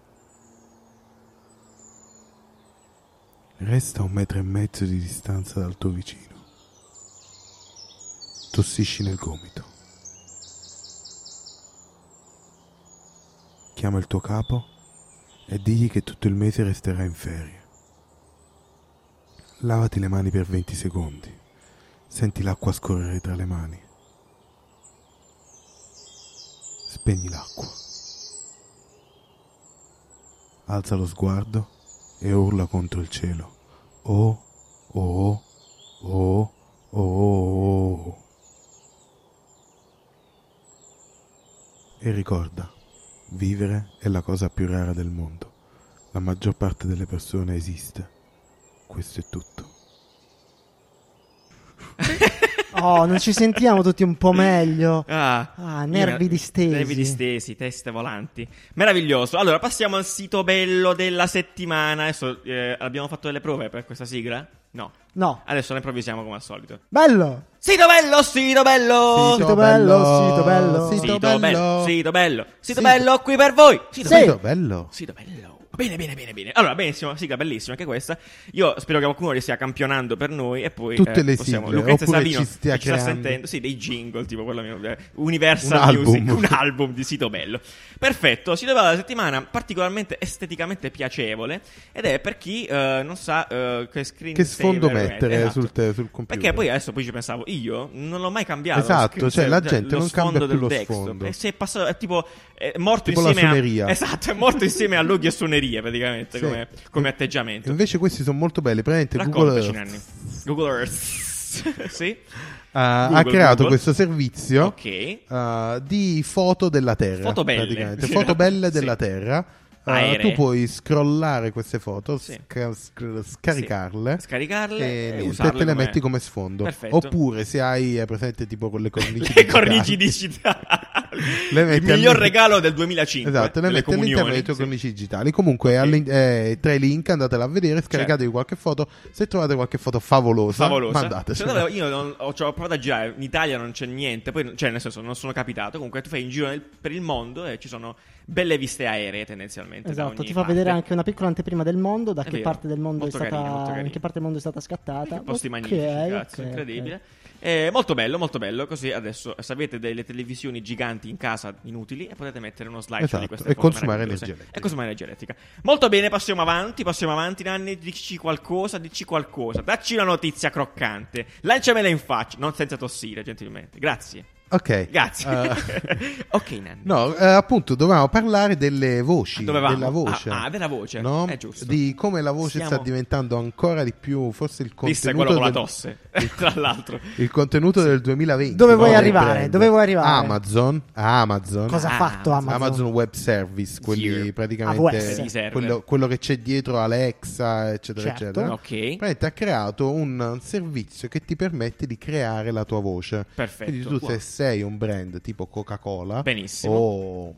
Resta a un metro e mezzo di distanza dal tuo vicino. Tossisci nel gomito. Chiama il tuo capo e digli che tutto il mese resterà in ferie. Lavati le mani per 20 secondi. Senti l'acqua scorrere tra le mani. Spegni l'acqua. Alza lo sguardo e urla contro il cielo. Oh, oh, oh, oh, oh, oh, oh. E ricorda, vivere è la cosa più rara del mondo. La maggior parte delle persone esiste. Questo è tutto.
Oh, non ci sentiamo tutti un po' meglio.
Ah,
Ah, nervi
Io-
distesi.
Nervi distesi, teste volanti. Meraviglioso. Allora, passiamo al sito bello della settimana. Adesso eh, abbiamo fatto delle prove per questa sigla? No.
No.
Adesso la improvvisiamo come al solito.
Bello!
Sito bello, sito bello!
Sito bello, sito bello.
sito
Sito
bello,
sito bello, sito
Sito-
bello qui per voi. Sito
Sì.
bello.
Sito bello.
Sì, da bello. Bene, bene, bene, bene. Allora, benissimo, sigla bellissima anche questa. Io spero che qualcuno le stia campionando per noi e poi
Tutte le sigle,
Lucrezia
oppure
Savino
ci stia
che sta
creando.
sentendo, sì, dei jingle, tipo quello mio, eh, Universal
Un
Music,
album.
un album di Sito Bello. Perfetto, Sito Bello della settimana particolarmente esteticamente piacevole ed è per chi eh, non sa eh, che screen
Che sfondo
saver
mettere
mette,
sul te- sul computer.
esatto. Perché poi adesso poi ci pensavo, io non l'ho mai cambiato. lo
Esatto,
screen
cioè, la
saver-
gente
lo
non cambia
sfondo
più
del
lo
desktop.
sfondo.
E se è passato, è tipo è morto
Tipo la
insieme
suoneria.
a Esatto, è morto insieme a loghi e suonerie praticamente
Sì.
come, come atteggiamento.
Invece questi sono molto belli. Praticamente Google
Raccontaci,
Earth,
Nanni. Google Earth. sì?
ah, ha
Google,
creato
Google.
questo servizio
Ok.
ah, di foto della Terra.
Foto belle.
praticamente. Foto belle della
Sì.
Terra. Uh,
aeree.
tu puoi scrollare queste foto,
Sì.
sca- sc- scaricarle.
Sì. Scaricarle
e
e
niente,
usarle
te le
come-
metti come sfondo.
Perfetto.
Oppure se hai, eh, presente, tipo con le cornici
le
digitali.
cornici digitali.
Le metti
Il miglior
all'in-
regalo del 2005.
Esatto, le
delle
metti all'interno
comunioni,
dei tuoi
sì.
cornici digitali. Comunque, all'in- eh, tra i link andatela a vedere,
Certo.
scaricatevi qualche foto. Se trovate qualche foto favolosa,
Favolosa.
mandatecela.
Cioè, io non- ho, ci ho provato a girare. In Italia non c'è niente. Poi, cioè, nel senso, non sono capitato. Comunque, tu fai in giro nel- per il mondo e ci sono belle viste aeree tendenzialmente. da
Esatto,
ogni
ti fa
parte.
vedere anche una piccola anteprima del mondo, da
È
che
vero,
parte del mondo è
molto carino, molto
stata
carino.
in che parte del mondo è stata scattata.
Che posti
Ok,
magnifici, cazzo,
ok,
incredibile.
ok.
Eh, molto bello, molto bello. Così adesso se avete delle televisioni giganti in casa inutili e potete mettere uno slide
Esatto,
di queste
e
foto
consumare
meravigliose.
energia elettrica.
E consumare energia elettrica. Molto bene, passiamo avanti, passiamo avanti, Nanni, dici qualcosa, dici qualcosa. Dacci una notizia croccante. Lanciamela in faccia, non senza tossire, gentilmente. Grazie.
Ok,
Grazie.
Eh,
ok, Nanni.
no, eh, appunto, dovevamo parlare delle voci.
Dovevamo.
Della voce.
Ah, ah, della voce,
No?
è giusto.
Di come la voce sta
Siamo-
diventando ancora di più, forse il
Disse
contenuto.
quello con la
del-
tosse, tra l'altro.
Il contenuto del 2020.
Dove vuoi
dei
arrivare?
brand.
Dove vuoi arrivare?
Amazon. Amazon.
Cosa ha
Ah,
fatto Amazon? Ah,
Amazon Web Service, quelli
Here.
AWS.
Di
praticamente
server.
quello, quello che c'è dietro Alexa, eccetera,
Certo.
eccetera.
Ok.
Praticamente ha creato un servizio che ti permette di creare la tua voce.
Perfetto.
Quindi tu se sei un brand tipo Coca-Cola
Benissimo.
o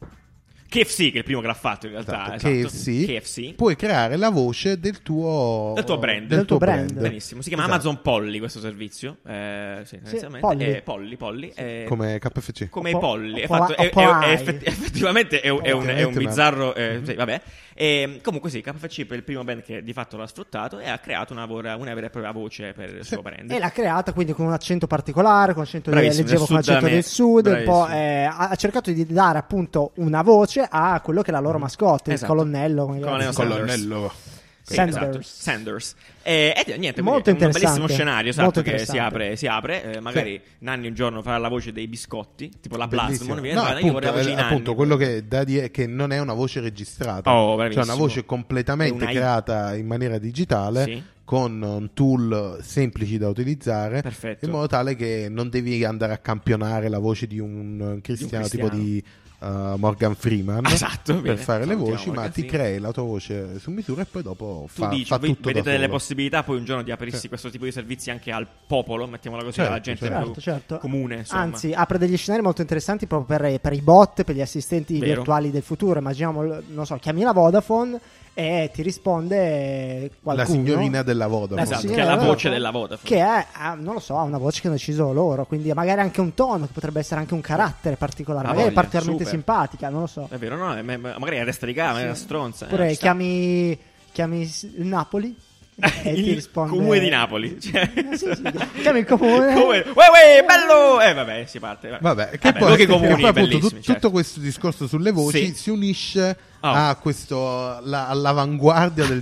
KFC, che è il primo che l'ha fatto in realtà.
Oh. esatto,
esatto.
KFC,
KFC.
puoi creare la voce del tuo,
Del tuo brand.
Del tuo brand.
Benissimo, si chiama
Esatto.
Amazon Polly questo servizio. Eh, sì, tendenzialmente.
Polly.
Eh, Polly, Polly, eh,
Come KFC.
come i
Po-
polli. È
Po-
fatto- è- è-
Popeye.
è effetti- effettivamente è, un- è un, è un
Effettivamente, ma-
bizzarro. eh, sì, vabbè. E, comunque, sì, KFC è il primo brand che di fatto l'ha sfruttato e ha creato una, vora- una vera e propria voce per il suo brand.
E l'ha creata quindi con un accento particolare, con un accento del,
Bravissimo,
leggevo
del
con un
sud
accento del
America.
sud, un po',
Bravissimo.
eh, ha ha cercato di dare appunto una voce a quello che è la loro mascotte,
Esatto.
il colonnello. come
Colonnello
chiama?
Sanders. Sì,
Sanders.
esatto, Sanders. Eh, ed è niente,
Molto
quindi è un
interessante.
bellissimo scenario esatto,
Molto
che si
interessante.
apre, si apre. eh, magari Nanni un giorno farà la voce dei biscotti, tipo la
Bellissimo.
Plasmon. viene,
No,
guarda, io
appunto,
vorrei la voce
eh,
di Nanni.
appunto, quello che da di- è che non è una voce registrata,
Oh,
cioè
bravissimo.
una voce completamente
È una I.
creata in maniera digitale
Sì.
con eh, un tool semplici da utilizzare
Perfetto.
in modo tale che non devi andare a campionare la voce di un cristiano, tipo
cristiano.
di eh, Morgan Freeman
Ah, esatto,
per
bene.
fare le
Salutiamo
voci, ma
Morgan
ti
Freeman.
crei la tua voce su misura e poi dopo
tu
fa,
dici,
fa
voi
tutto
vedete
da
delle
solo.
possibilità poi un giorno di aprirsi questo tipo di servizi anche al popolo, mettiamola così, alla
Certo,
gente
certo.
più
Certo, certo.
comune. Insomma.
Anzi, apre degli scenari molto interessanti proprio per, per i bot, per gli assistenti
Vero.
virtuali del futuro. Immaginiamo, l- non so, chiami la Vodafone e ti risponde eh, qualcuno.
La signorina della Vodafone.
Esatto,
signora
che è la
della
voce della Vodafone.
Che è, ah, non lo so, ha una voce che hanno deciso loro. Quindi magari anche un tono, che potrebbe essere anche un carattere particolare,
Ha
magari
voglia,
particolarmente
super.
simpatica, non lo so.
È vero, no? Eh, ma- ma- Magari a destra di gara, magari una stronza. eh,
Oppure
ci sta.
chiami, chiami s- il Napoli e Eh, ti
il
risponde Eh,
comune di Napoli. Cioè-
Sì, sì, chiami il comune.
Comune. Uè, uè, bello! Eh, vabbè, si parte. Vabbè,
Vabbè, che
Eh, Vabbè,
poi,
luoghi
che
comuni,
poi appunto
bellissimi,
tut-
certo.
tutto questo discorso sulle voci
Sì.
si unisce
Oh.
a questo, la- all'avanguardia del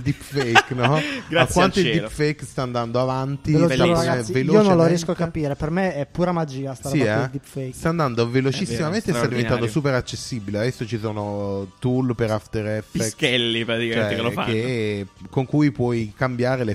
deepfake, no?
Grazie
a quanto
al
il
cielo.
deepfake sta andando avanti,
Ve lo
secondo
giuro,
me,
Bellissimo.
ragazzi, io non lo
velocemente.
riesco a capire. Per me è pura magia sta
Sì,
roba qui
eh?
di deepfake.
sta andando velocissimamente
È
e
vero,
sta diventando
straordinario.
super accessibile. Adesso ci sono tool per After Effects
Pischelli praticamente
cioè,
che lo fanno.
che- con cui puoi cambiare le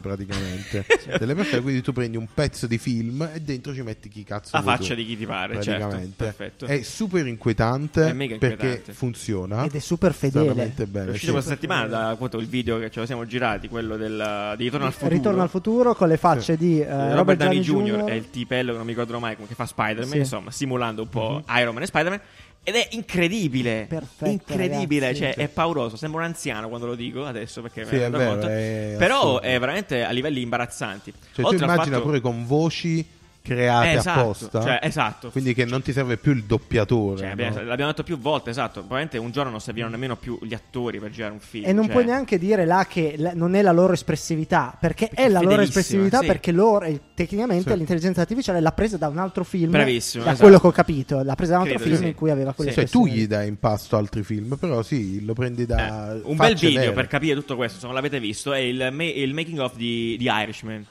praticamente
Certo.
delle persone. Quindi tu prendi un pezzo di film e dentro ci metti chi cazzo
La
vuoi
faccia
tu,
di chi ti pare, certo,
praticamente. Eh,
perfetto.
È super inquietante
È mega
perché
inquietante.
funziona
Ed è super
Sta
fedele.
veramente bene.
È uscito
sì.
questa settimana da appunto, il video che ce lo siamo girati, quello del, di Ritorno al futuro.
Ritorno al futuro con le facce di eh,
Eh,
Robert,
Robert Downey
Downey
Jr.
Jr.
è il tipello che non mi ricordo mai come che fa Spider-Man,
Sì. Mhm.
insomma, simulando un po' Iron Man e Spider-Man. Ed è incredibile,
Perfetto,
incredibile,
ragazzi.
cioè è pauroso. Sembra un anziano quando lo dico adesso perché
Sì,
me ne
è
rendo
vero,
conto.
è
Però
assurdo.
è veramente a livelli imbarazzanti.
Cioè, tu
Oltre al
immagina
fatto-
pure con voci create
Eh, esatto,
apposta.
cioè, esatto.
Quindi che non ti serve più il doppiatore.
Cioè,
no?
abbiamo- L'abbiamo detto più volte, esatto. Probabilmente un giorno non serviranno nemmeno più gli attori per girare un film.
E non
cioè-
puoi neanche dire là che la- non è la loro espressività, perché,
Perché
è
è
la loro
fedelissima,
espressività
sì.
perché loro, eh, tecnicamente
Sì.
l'intelligenza artificiale l'ha presa da un altro film.
Bravissimo,
Da
esatto.
quello che ho capito, l'ha presa da un altro
Credo di
film
sì.
in cui aveva quelle
Sì.
Cioè, tu gli
espressioni.
dai in pasto altri film, però sì, lo prendi
Eh,
da.
un bel
facce
video
vere.
per capire tutto questo, se non l'avete visto, è il, ma- il making of di, di Irishman.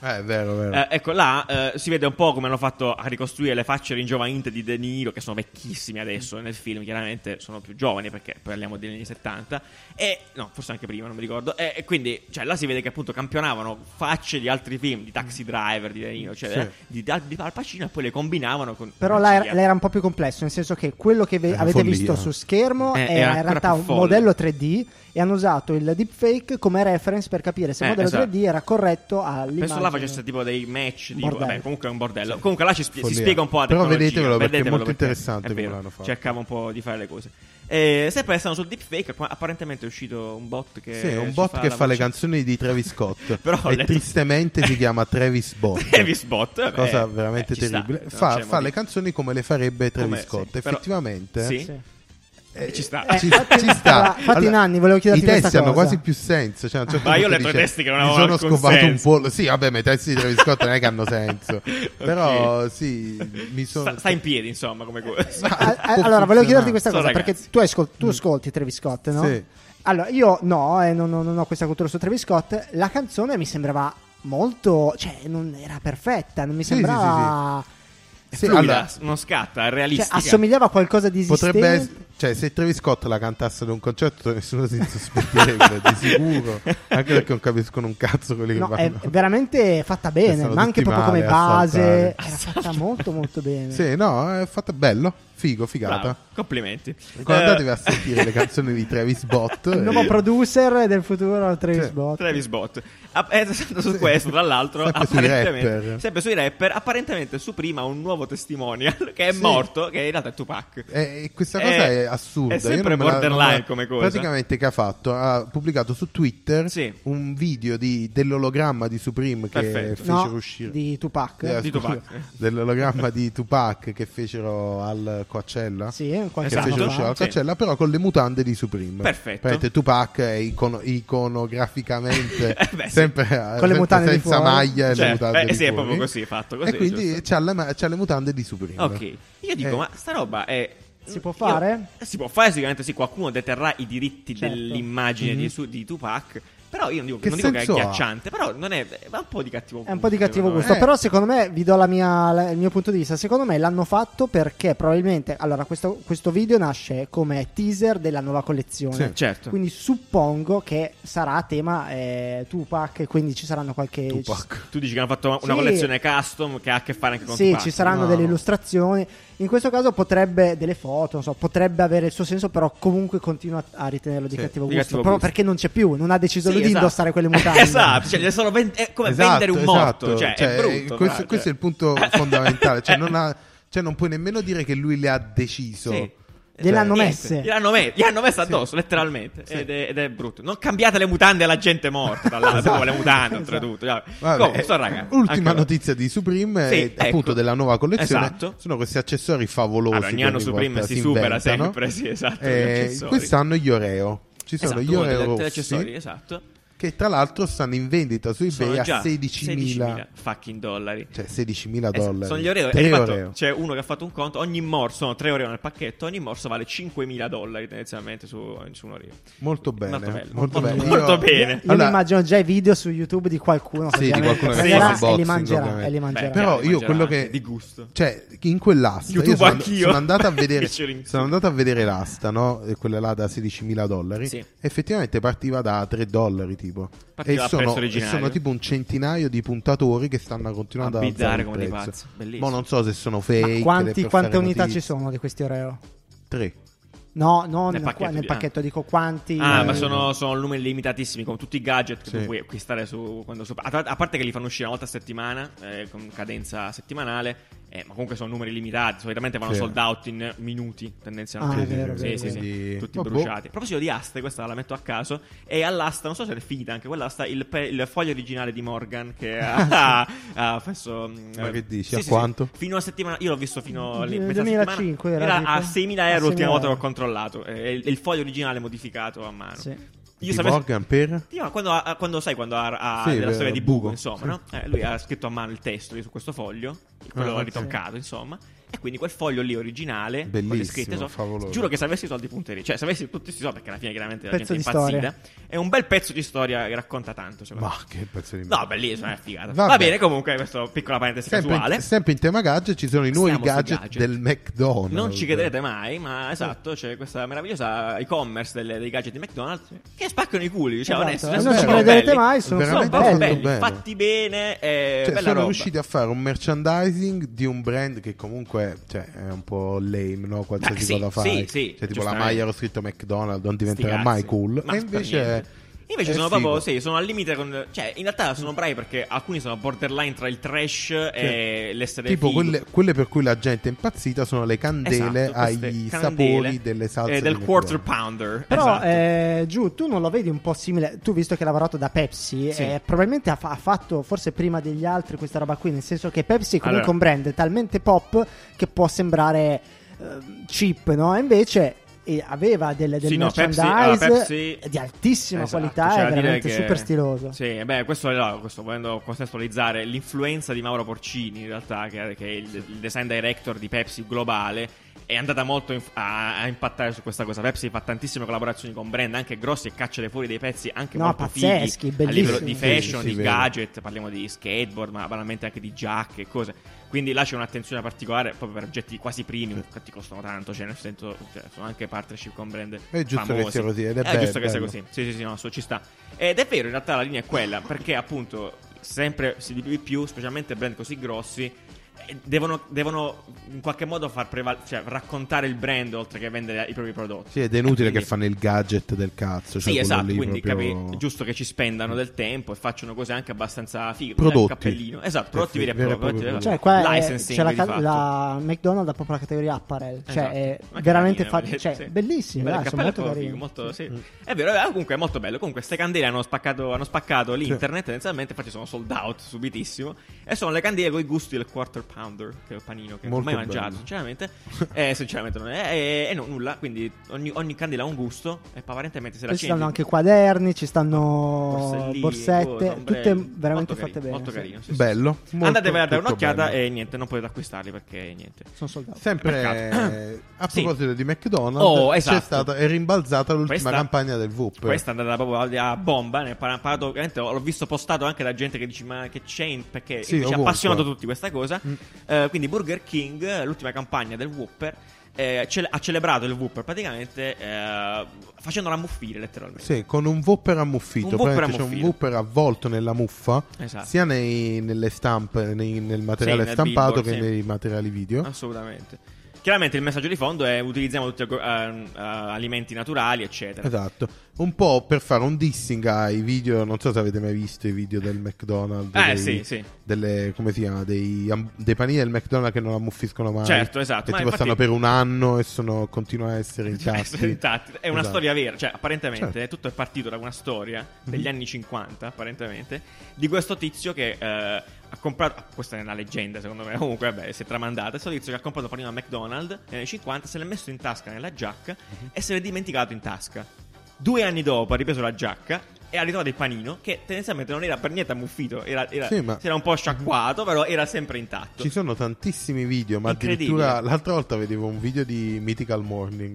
Eh, è vero, è vero.
Eh, ecco, là eh, si vede un po' come hanno fatto a ricostruire le facce ringiovanite di De Niro, che sono vecchissime adesso nel film, chiaramente sono più giovani perché parliamo degli anni 70, e no, forse anche prima, non mi ricordo. E, e quindi, cioè, là si vede che appunto campionavano facce di altri film, di Taxi Driver, di De Niro, cioè,
Sì.
eh, di, di Al Pacino, e poi le combinavano con...
Però là
la
era, là era un po' più complesso, nel senso che quello che ve-
Era
avete
follia.
visto su schermo
Eh,
era,
era
in
ancora
realtà
più
un
folle.
modello 3D e hanno usato il deepfake come reference per capire se il
Eh,
modello
esatto.
3D era corretto all'immagine.
Penso là facesse tipo dei match, di,
Bordello.
vabbè, comunque è un bordello. Comunque là ci spie- si
Follia.
spiega un po' la
Però
tecnologia.
vedetevelo perché è molto
perché
interessante
è
come
vero,
l'hanno fatto.
Cercavo un po' di fare le cose. Eh, sempre restando sul deepfake, qua- apparentemente è uscito un bot che...
Sì, è un
ci
bot che
la
fa le
voce-
canzoni di Travis Scott.
Però ho
e
letto-
tristemente si chiama Travis Bot.
Travis Bot, vabbè,
Cosa veramente
eh, ci sta,
terribile.
non c'è
fa fa
motivo.
le canzoni come le farebbe Travis
Come- sì,
Scott.
però-
Effettivamente.
Sì.
Sì.
eh,
Ci sta.
Ci,
infatti-
ci sta.
infatti, Nanni, volevo chiederti
I testi
questa
hanno
cosa.
quasi più senso. Cioè, a un certo
Ma io ho
punto
letto i
dice,
testi che non
"Mi
avevano
sono
alcun
scovato
senso."
un po'. Sì, vabbè, ma i testi di Travis Scott non è che hanno senso. Però sì, mi sono.
Sta, sta in piedi, insomma, come cosa.
Ma-
A- a-
può
allora, volevo chiederti
funzionare.
questa cosa,
Sono
perché
ragazzi.
tu, ascol- tu ascolti Travis Scott, no?
Sì.
Allora, io no, eh, non, non- non ho questa cultura su Travis Scott. La canzone mi sembrava molto... cioè, non era perfetta, non mi
Sì, sì,
sembrava...
È
Sì,
fluida,
allora,
non scatta, è
Cioè,
realistica.
assomigliava a qualcosa di esistente.
Potrebbe es- cioè, se Travis Scott la cantasse ad un concerto, nessuno si insospettirebbe di sicuro. Anche perché non capiscono un cazzo quelli che
No, è
fanno.
veramente fatta bene,
Stanno
ma anche
tutti
proprio come
male a
base.
saltare.
Era fatta molto molto bene.
Sì, no, è fatta bello. Figo, figata.
Bravo, complimenti.
Ricordatevi
Eh,
a sentire le canzoni di Travis Bott.
Il
e-
nuovo producer del futuro Travis
Sì.
Bott.
Travis Bott. Ah, eh, sempre su questo, tra l'altro,
Sempre sui
apparentemente,
rapper.
sempre sui rapper, apparentemente su prima un nuovo testimonial che è
Sì.
morto, che in realtà è
Eh,
Tupac. Cioè,
Eh, E e questa
È-
cosa è, assurda.
Eh, è sempre
Io non me la-
borderline
non me la-
come cosa.
Praticamente che ha fatto? Ha pubblicato su Twitter
Sì.
un video di- dell'ologramma di Supreme che
Perfetto.
fecero
No,
uscire.
di Tupac.
Eh,
Di
scusa,
Tupac.
dell'ologramma di Tupac che fecero al Coachella.
Sì, in
Che
qualche
Esatto.
fecero
modo
uscire
fa.
al
Sì.
Coachella, però con le mutande di Supreme.
Perfetto.
Praticamente Tupac è icono- iconograficamente
Eh, beh, sì.
sempre,
Con le
sempre
mutande di
senza
fuori.
maglia e
Cioè,
le mutande
eh,
di
sì, è proprio
fuori.
così, fatto così,
E quindi
giusto.
c'ha, la ma- c'ha le mutande di Supreme.
Ok, io dico,
Eh.
ma sta roba è.
Si può
io- eh,
fare?
si può fare, sicuramente sì. Qualcuno deterrà i diritti
Certo.
dell'immagine di, su- di Tupac. Però io non dico che,
Che
non dico che è
senso ha?
agghiacciante, però non è. Ma un po' di cattivo
È un po' di cattivo
secondo me.
gusto,
Eh.
però secondo me vi do la mia- la- il mio punto di vista. Secondo me l'hanno fatto perché probabilmente. Allora, questo, questo video nasce come teaser della nuova collezione.
Sì.
Certo.
Quindi suppongo che sarà a tema eh, Tupac, e quindi ci saranno qualche.
Tupac.
Tu dici che hanno fatto una
Sì.
collezione custom che ha a che fare anche con
Sì,
Tupac.
ci saranno
no.
delle illustrazioni. In questo caso potrebbe delle foto, non so, potrebbe avere il suo senso, però comunque continua a ritenerlo di
Sì,
cattivo
di
gusto.
cattivo
proprio
gusto.
perché non c'è più, non ha deciso
Sì,
lui di
esatto.
indossare quelle mutande.
esatto, cioè, sono ven- è come vendere un morto.
esatto.
Cioè,
Cioè,
è brutto.
questo,
però,
questo è
cioè.
il punto fondamentale. Cioè, non ha- cioè, non puoi nemmeno dire che lui le ha deciso.
Sì.
Gliel'hanno
Niente,
messe.
Gliel'hanno, me- gliel'hanno messa addosso, letteralmente.
Cioè, Sì.
Ed, è, ed è brutto. Non cambiate le mutande alla gente morta. Dalla
Esatto.
proprio le mutande,
Esatto.
oltretutto. Cioè,
Vabbè,
comunque,
eh,
sto ragazzo.
Ultima
Anche-
notizia di Supreme
Sì,
è
ecco.
appunto della nuova collezione.
Esatto.
Sono questi accessori favolosi.
Allora, ogni
che
anno Supreme
volta
si supera
inventano.
sempre, sì, esatto, gli
Eh,
accessori.
quest'anno gli Oreo. Ci sono
Esatto,
gli
uno degli-
Oreo
degli
rossi
accessori, esatto.
che tra l'altro stanno in vendita su
Sono
eBay a
già
16.000
fucking dollari.
cioè 16.000
Eh,
dollari.
Sono gli Oreo. cioè,
Tre
e infatti
Oreo.
C'è uno che ha fatto un conto. Ogni morso, sono tre Oreo nel pacchetto. Ogni morso vale 5.000 dollari tendenzialmente su, su un Oreo.
Molto bene,
Molto bello. Molto-
molto bene.
molto
Io-
bene.
Io
Allora-
mi immagino già i video su YouTube di qualcuno
Sì, di
ovviamente,
qualcuno
che
prenderà
fa
e li
unboxing,
mangerà.
ovviamente.
E li mangerà.
Beh,
Però
Chiaro,
io
mangerà
quello
anche
che
di gusto.
Cioè, in quell'asta
YouTube
io sono,
anch'io.
sono andato a vedere
Featuring.
sono andato a vedere l'asta, no? Eh, Quella là da 16.000 dollari.
Sì.
Effettivamente partiva da 3 dollari, tipo.
Partiva
e
dal
sono,
prezzo originario.
e sono tipo un centinaio di puntatori che stanno continuando
A
a
biddare
alzare il
come dei
prezzo.
pazzi. Bellissimo.
Ma non so se sono fake,
Ma quanti- quante unità ci sono di questi Oreo?
3.
No, non
Nel
qua-
pacchetto
nel
di-
pacchetto, dico quanti.
Ah,
eh,
ma sono, sono numeri limitatissimi, come tutti i gadget che
Sì.
tu puoi acquistare su, quando sopra. A, tra- a parte che li fanno uscire una volta a settimana, eh, con cadenza settimanale, eh, ma comunque sono numeri limitati, solitamente vanno
Sì.
sold out in minuti, tendenzialmente.
Ah, è vero,
sì,
vero,
sì, sì,
quindi-
tutti
Ma boh.
bruciati. A proposito di aste, questa la metto a caso, e all'asta, non so se è finita anche quell'asta, il, pe- il foglio originale di Morgan che ha, ha messo... mh,
Ma
eh,
che dici,
sì,
a
sì,
quanto?
sì. Fino a settimana, io l'ho visto fino lì,
Nel
mezza
2005
settimana.
era,
era a
tipo?
6.000
A
euro
6.000
l'ultima volta che ho
euro.
controllato, eh, e il, e il foglio originale modificato a mano.
Sì.
Io
Di
sapevo-
Morgan per
Sì, ma quando, ha- quando sai, quando ha, ha
Sì,
della
beh,
storia di
Bugo,
Bugo, insomma,
sì.
no? Eh, lui ha scritto a mano il testo lì su questo foglio, quello
Ah,
l'ha
sì.
ritoccato, insomma, E quindi quel foglio lì originale, con le
Bellissimo,
scritte sopra,
favoloso.
giuro che se avessi i soldi punterei, cioè se avessi tutti questi soldi, perché alla fine chiaramente la
Pezzo
gente è
di storia.
impazzita, è un bel pezzo di storia che racconta tanto. secondo
Ma
me.
che pezzo di
No, beh, lì sono una figata.
Vabbè.
Va bene, comunque, questa piccola parentesi
sempre,
casuale.
in, sempre in tema gadget ci sono i nuovi
Stiamo sui
gadget,
gadget.
del McDonald's.
Non ci crederete mai,
Eh.
ma esatto, c'è questa meravigliosa e-commerce delle- dei gadget di McDonald's che spaccano i culi. Cioè,
Esatto,
onesto,
eh,
cioè,
non ci
sono
crederete
belli.
mai, sono
sono
veramente
proprio
fatto
belli,
bene.
fatti bene. eh,
Cioè,
bella
sono
roba.
riusciti a fare un merchandising di un brand che comunque cioè, è un po' lame, no?
Beh, Eh,
Qualsiasi
sì,
cosa fai.
sì, sì,
cioè, tipo la
giustamente.
maglia ero scritto McDonald's, non diventerà
Sti
mai
cazzi.
cool.
Ma
e
per niente.
invece,
Invece
è
sono
figo.
proprio, sì, sono al limite con... Cioè, in realtà sono bravi perché alcuni sono borderline tra il trash e eh, l'essere
Cioè, Tipo
figo.
quelle, quelle per cui la gente è impazzita sono le candele
Esatto, queste
ai
candele,
sapori delle salse
eh, del
di
quarter
McDonald's.
pounder.
Però,
esatto.
eh, Giù, tu non lo vedi un po' simile? Tu, visto che hai lavorato da Pepsi,
Sì.
eh, probabilmente ha, fa- ha fatto forse prima degli altri questa roba qui. Nel senso che Pepsi è comunque
Allora.
un brand talmente pop che può sembrare ehm, cheap, no? E invece. eh, aveva del, del
Sì, no, Pepsi-
merchandise
allora, Pepsi-
di altissima
Esatto,
qualità
c'è
è
da dire
veramente
che-
super stiloso.
Sì, beh, questo, è- no, questo volendo contestualizzare l'influenza di Mauro Porcini, in realtà, che, che è il, il design director di Pepsi globale, è andata molto in- a, a impattare su questa cosa. Pepsi fa tantissime collaborazioni con brand anche grossi e caccia fuori dei pezzi anche
No,
molto
pazzeschi,
fighi a livello
bellissimi.
di fashion,
Sì, sì,
di
vero.
gadget, parliamo di skateboard, ma banalmente anche di giacche e cose. Quindi là c'è un'attenzione particolare proprio per oggetti quasi premium, che ti costano tanto, cioè nel senso cioè, sono anche partnership con brand
È giusto
famosi.
che sia così, ed è
È
bello,
giusto che sia
bello.
così. Sì, sì, sì, no, so, ci sta. Ed è vero, in realtà la linea è quella, perché appunto sempre si di più di più, specialmente brand così grossi, eh, devono, devono in qualche modo far preval- cioè, raccontare il brand oltre che vendere i propri prodotti.
Sì, ed è inutile
Eh, quindi-
che fanno il gadget del cazzo. Cioè
sì,
quello
esatto,
lì
quindi
proprio-
capi, è giusto che ci spendano del tempo e facciano cose anche abbastanza fighe.
Prodotti.
Il cappellino. Esatto, prodotti
Sì,
veri e
veri e
propri.
propri
Cioè, qua è-
Licensing
c'è la,
di
ca-
fatto.
la McDonald's ha proprio la categoria apparel. Cioè,
Esatto.
è
Ma che
veramente
carina,
fa- cioè,
sì.
bellissimo.
Bella,
dai,
il
sono
cappello
molto
è proprio
carini.
figo, molto- sì. È vero, eh, comunque è molto bello. Comunque, queste candele hanno spaccato, hanno spaccato l'internet. Tendenzialmente, infatti, sono sold out subitissimo. E sono le candele con i gusti del quarter pounder, che è il panino che non ho
Molto
mai mangiato,
bello.
sinceramente. Eh, sinceramente, non è. E no, nulla. Quindi, ogni, ogni candela ha un gusto. E apparentemente, se la
Poi ci
accendi-
stanno anche quaderni, ci stanno
Borsellini, cose,
borsette,
ombrelli.
tutte veramente
Molto carino,
fatte bene.
Molto
sì.
carino, sì, sì,
Bello.
sì.
molto,
Andatevi a dare
tutto
un'occhiata
bello.
e niente, non potete acquistarli perché niente.
Sono soldato.
Sempre
Peccato.
eh, a
Sì.
proposito di McDonald's,
Oh, esatto.
c'è stata, è rimbalzata l'ultima
Questa-
campagna del VUP.
Questa è andata proprio a bomba. Ne ho par- parlato, veramente, l'ho visto postato anche da gente che dice: Ma che c'è? in-" Perché ci
Sì,
ha
ovunque.
appassionato tutti questa cosa.
Mm,
Eh, quindi, Burger King, l'ultima campagna del Whopper. eh, ce- ha celebrato il Whopper praticamente eh, facendola ammuffire letteralmente.
Sì, con un Whopper ammuffito.
Un Whopper
Praticamente c'è un
ammuffito.
Whopper avvolto nella muffa,
Esatto.
sia nei- nelle stampe, nei- nel materiale
nel
stampato
billboard,
che
sì.
nei materiali video.
Assolutamente. Chiaramente il messaggio di fondo è utilizziamo tutti eh, eh, alimenti naturali, eccetera.
Esatto, un po' per fare un dissing ai video, non so se avete mai visto i video del McDonald's,
Eh,
dei-
sì, sì.
delle, come si chiama, dei, am- dei panini del McDonald's che non ammuffiscono mai.
Certo, esatto,
Che
ma
tipo
infatti-
stanno per un anno e sono, continuano a essere
Cioè,
intatti.
essere intatti. È una
Esatto.
storia vera, cioè apparentemente
Certo. Mhm.
eh, tutto è partito da una storia degli anni 50, apparentemente, di questo tizio che eh, ha comprato, ah, questa è una leggenda secondo me, comunque vabbè, si è tramandata, questo tizio che ha comprato panino a McDonald's negli anni 50, se l'è messo in tasca nella giacca
Mhm.
e se l'è dimenticato in tasca. Due anni dopo ha ripreso la giacca e ha ritrovato il panino che tendenzialmente non era per niente ammuffito, era, era-
Sì, ma-
si era un po' sciacquato, però era sempre intatto.
Ci sono tantissimi video, ma
Incredibile.
addirittura l'altra volta vedevo un video di Mythical Morning,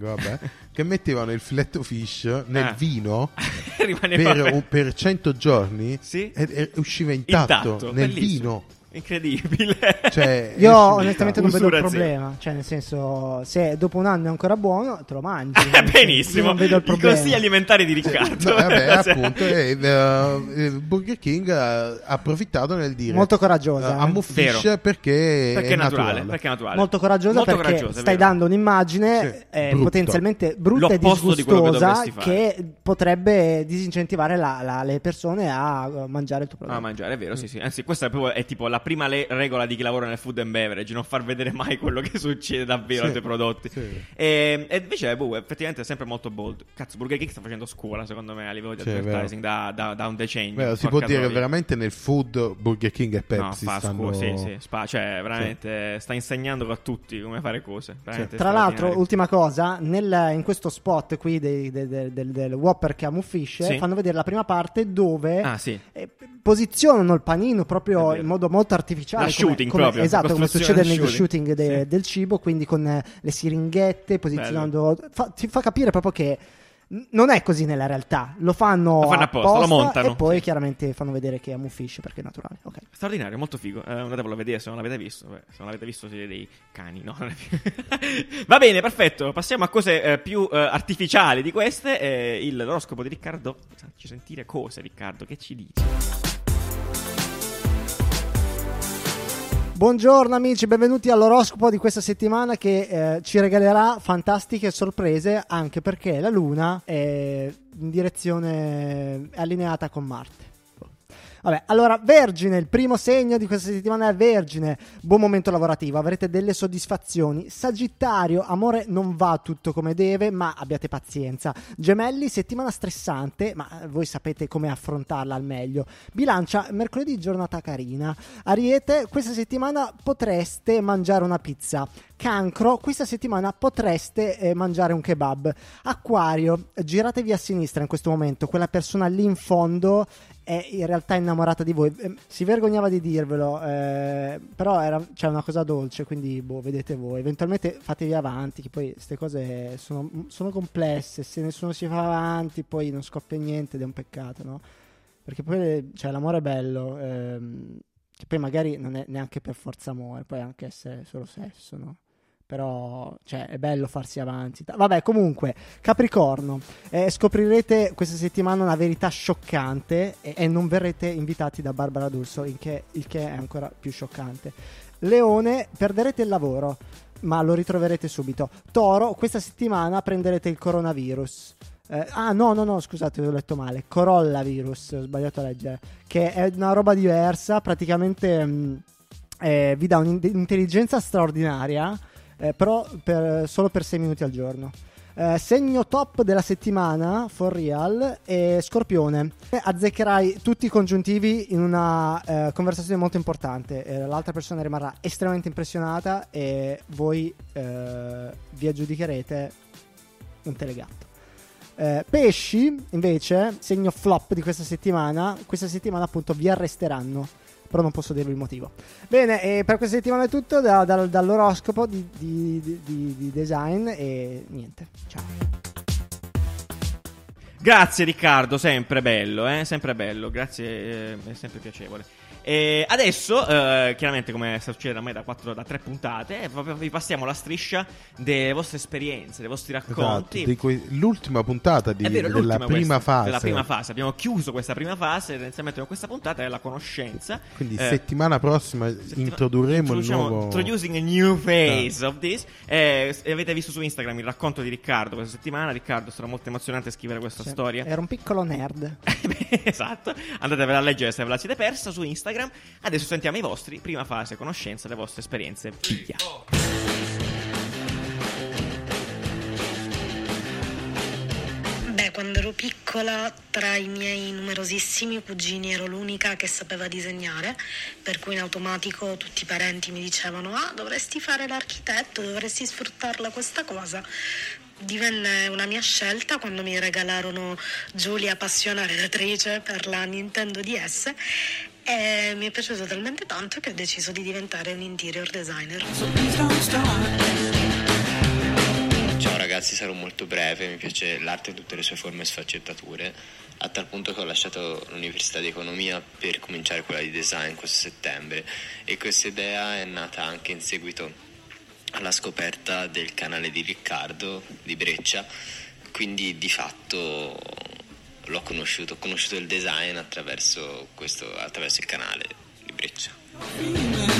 vabbè, che mettevano il filetto fish nel
Ah.
vino
Rimane
per,
proprio-
un- per 100 giorni
Sì.
e, e usciva intatto, nel
bellissimo.
vino.
Incredibile.
Cioè,
Io
usciva
onestamente non
Usura
vedo il
zero.
problema. Cioè, nel senso, se dopo un anno è ancora buono, te lo mangi.
Eh, Benissimo,
Io non vedo il problema.
consigli alimentari di Riccardo.
No, vabbè,
Cioè,
appunto, e, eh, eh, Burger King ha approfittato nel dire
Molto coraggiosa,
eh,
eh.
ammuffisce
Vero.
perché,
perché
è
è naturale, perché è naturale.
Molto coraggiosa
Molto
perché
coraggiosa, è
stai
vero.
dando un'immagine
Sì,
eh,
brutta.
potenzialmente brutta e
L'opposto di quello che
disgustosa
dovresti fare.
che potrebbe disincentivare la- la- le persone a eh, mangiare il tuo prodotto.
a mangiare, è vero, sì, sì. Anzi, questa è, proprio, è tipo la prima le- regola di chi lavora nel food and beverage, non far vedere mai quello che succede davvero
Sì,
ai tuoi prodotti.
sì.
E, e invece, boh, effettivamente è sempre molto bold. Cazzo, Burger King sta facendo scuola, secondo me, a livello di
Sì, è vero.
advertising da, da- da un decennio.
Beh,
Porca
si può dire
troia.
veramente nel food Burger King e Pepsi
no, fa
stanno...
scuola, sì, sì, spa- cioè, veramente sta insegnando a tutti come fare cose. veramente
Tra l'altro,
straordinario.
ultima cosa, nel- in questo spot qui dei- de- de- del, del Whopper che ammuffisce,
Sì.
fanno vedere la prima parte dove
Ah, sì.
eh, posizionano il panino
È
proprio
vero.
in modo molto artificiale.
La
come-
shooting
come-
proprio,
Esatto, come
costruzione
succede
del
negli
shooting.
shooting de-
Sì.
del cibo, quindi con eh, le siringhette, posizionando... fa- ti fa capire proprio che... n- Non è così nella realtà, lo fanno,
Lo fanno apposta, lo montano.
e poi
Sì.
chiaramente fanno vedere che è muffish perché è naturale. Ok.
Straordinario, molto figo. Eh, andatevelo a vedere se non l'avete visto. Beh, se non l'avete visto siete dei cani, no? non è vero. Va bene, perfetto. Passiamo a cose eh, più eh, artificiali di queste. Eh, il- l'oroscopo di Riccardo. Facci sentire cose, Riccardo, che ci dici?
Buongiorno amici, benvenuti all'oroscopo di questa settimana che eh, ci regalerà fantastiche sorprese anche perché la Luna è in direzione è allineata con Marte. Vabbè, allora, Vergine, il primo segno di questa settimana è Vergine. Buon momento lavorativo, avrete delle soddisfazioni. Sagittario, amore non va tutto come deve, ma abbiate pazienza. Gemelli, settimana stressante, ma voi sapete come affrontarla al meglio. Bilancia, mercoledì giornata carina. Ariete, questa settimana potreste mangiare una pizza. Cancro, questa settimana potreste eh, mangiare un kebab. Acquario, giratevi a sinistra in questo momento, quella persona lì in fondo è in realtà innamorata di voi. Eh, Si vergognava di dirvelo, eh, però era- c'è una cosa dolce, quindi boh, vedete voi. Eventualmente fatevi avanti, che poi queste cose sono, sono complesse, se nessuno si fa avanti poi non scoppia niente ed è un peccato, no? Perché poi eh, cioè, l'amore è bello, ehm, che poi magari non è neanche per forza amore, può anche essere solo sesso, no? Però cioè, è bello farsi avanti. Ta- Vabbè, comunque, Capricorno, eh, scoprirete questa settimana una verità scioccante e, e non verrete invitati da Barbara D'Urso, il che, il che è ancora più scioccante. Leone, perderete il lavoro, ma lo ritroverete subito. Toro, questa settimana prenderete il coronavirus. Eh, ah no, no, no, scusate, ho letto male. Corollavirus, ho sbagliato a leggere. Che è una roba diversa, praticamente mh, eh, vi dà un'intelligenza straordinaria, eh, però per- solo per 6 minuti al giorno. Eh, segno top della settimana, for real, e Scorpione. Eh, Azzeccherai tutti i congiuntivi in una eh, conversazione molto importante. Eh, l'altra persona rimarrà estremamente impressionata e voi eh, vi aggiudicherete un telegatto. Eh, pesci, invece, segno flop di questa settimana. Questa settimana, appunto, vi arresteranno. Però non posso dirvi il motivo. Bene, e per questa settimana è tutto da- dal- dall'oroscopo di, di- di- di- di design. E niente, ciao.
Grazie Riccardo, sempre bello, eh? sempre bello, grazie, eh, è sempre piacevole. E adesso, eh, chiaramente come sta succedendo a me da, 4, da 3 puntate, eh, v- vi passiamo la striscia delle vostre esperienze, dei vostri racconti.
Esatto, di que- l'ultima puntata di-
È vero, è
della
l'ultima
prima
questa,
fase.
della prima fase. Abbiamo chiuso questa prima fase, inizialmente con questa puntata è la conoscenza.
Quindi
Eh,
settimana prossima
settima-
introdurremo il
introduciamo-
nuovo... Ah.
Introducing a new phase of this. Eh, s- avete visto su Instagram il racconto di Riccardo questa settimana. Riccardo, sarà molto emozionante scrivere questa
Sì,
storia.
Era Cioè, un piccolo nerd.
Beh, esatto, andatevela a leggere se ve la siete persa su Instagram. Adesso sentiamo i vostri, prima fase, conoscenza, le vostre esperienze. Via.
Beh, quando ero piccola, tra i miei numerosissimi cugini ero l'unica che sapeva disegnare, per cui in automatico tutti i parenti mi dicevano: Ah, dovresti fare l'architetto, dovresti sfruttarla questa cosa. Divenne una mia scelta quando mi regalarono Giulia, appassionata editrice per la Nintendo DS. E mi è piaciuto talmente tanto che ho deciso di diventare un interior designer.
Ciao ragazzi, sarò molto breve, mi piace l'arte in tutte le sue forme e sfaccettature, a tal punto che ho lasciato l'università di economia per cominciare quella di design questo settembre e questa idea è nata anche in seguito alla scoperta del canale di Riccardo di Breccia, quindi di fatto l'ho conosciuto, ho conosciuto il design attraverso, questo, attraverso il canale di Breccia.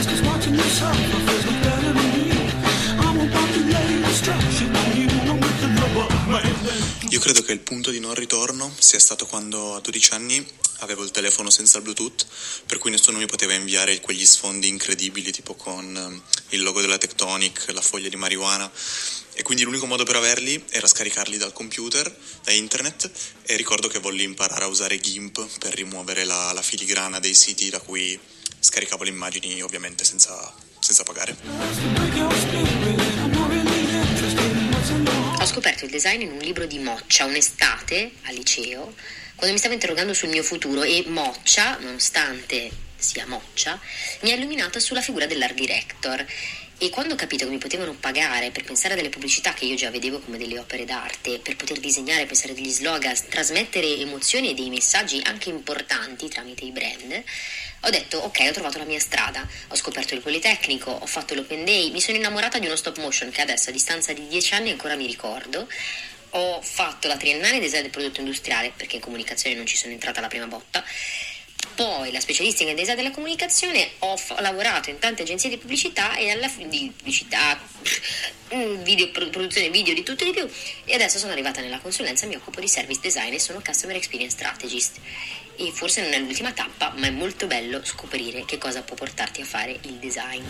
Io credo che il punto di non ritorno sia stato quando a 12 anni avevo il telefono senza il Bluetooth, per cui nessuno mi poteva inviare quegli sfondi incredibili tipo con ehm, il logo della Tectonic, la foglia di marijuana. E quindi l'unico modo per averli era scaricarli dal computer, da internet, e ricordo che volli imparare a usare GIMP per rimuovere la, la filigrana dei siti da cui scaricavo le immagini ovviamente senza- senza pagare.
Ho scoperto il design in un libro di Moccia un'estate al liceo
Quando mi stavo interrogando sul mio futuro e Moccia, nonostante sia Moccia, mi ha illuminato sulla figura dell'art director. E quando ho capito che mi potevano pagare per pensare a delle pubblicità che io già vedevo come delle opere d'arte, per poter disegnare, pensare degli slogan, trasmettere emozioni e dei messaggi anche importanti tramite i brand, ho detto ok, ho trovato la mia strada, ho scoperto il Politecnico, ho fatto l'Open Day, mi sono innamorata di uno stop motion che adesso a distanza di dieci anni ancora mi ricordo. Ho fatto la triennale in design del prodotto industriale perché in comunicazione non ci sono entrata la prima botta. Poi la specialistica in design della comunicazione, ho, f- ho lavorato in tante agenzie di pubblicità e alla fine di pubblicità, mm, video, pro- produzione video di tutto e di più e adesso sono arrivata nella consulenza, mi occupo di service design e sono customer experience strategist. E forse non è l'ultima tappa, ma è molto bello scoprire che cosa può portarti a fare il design.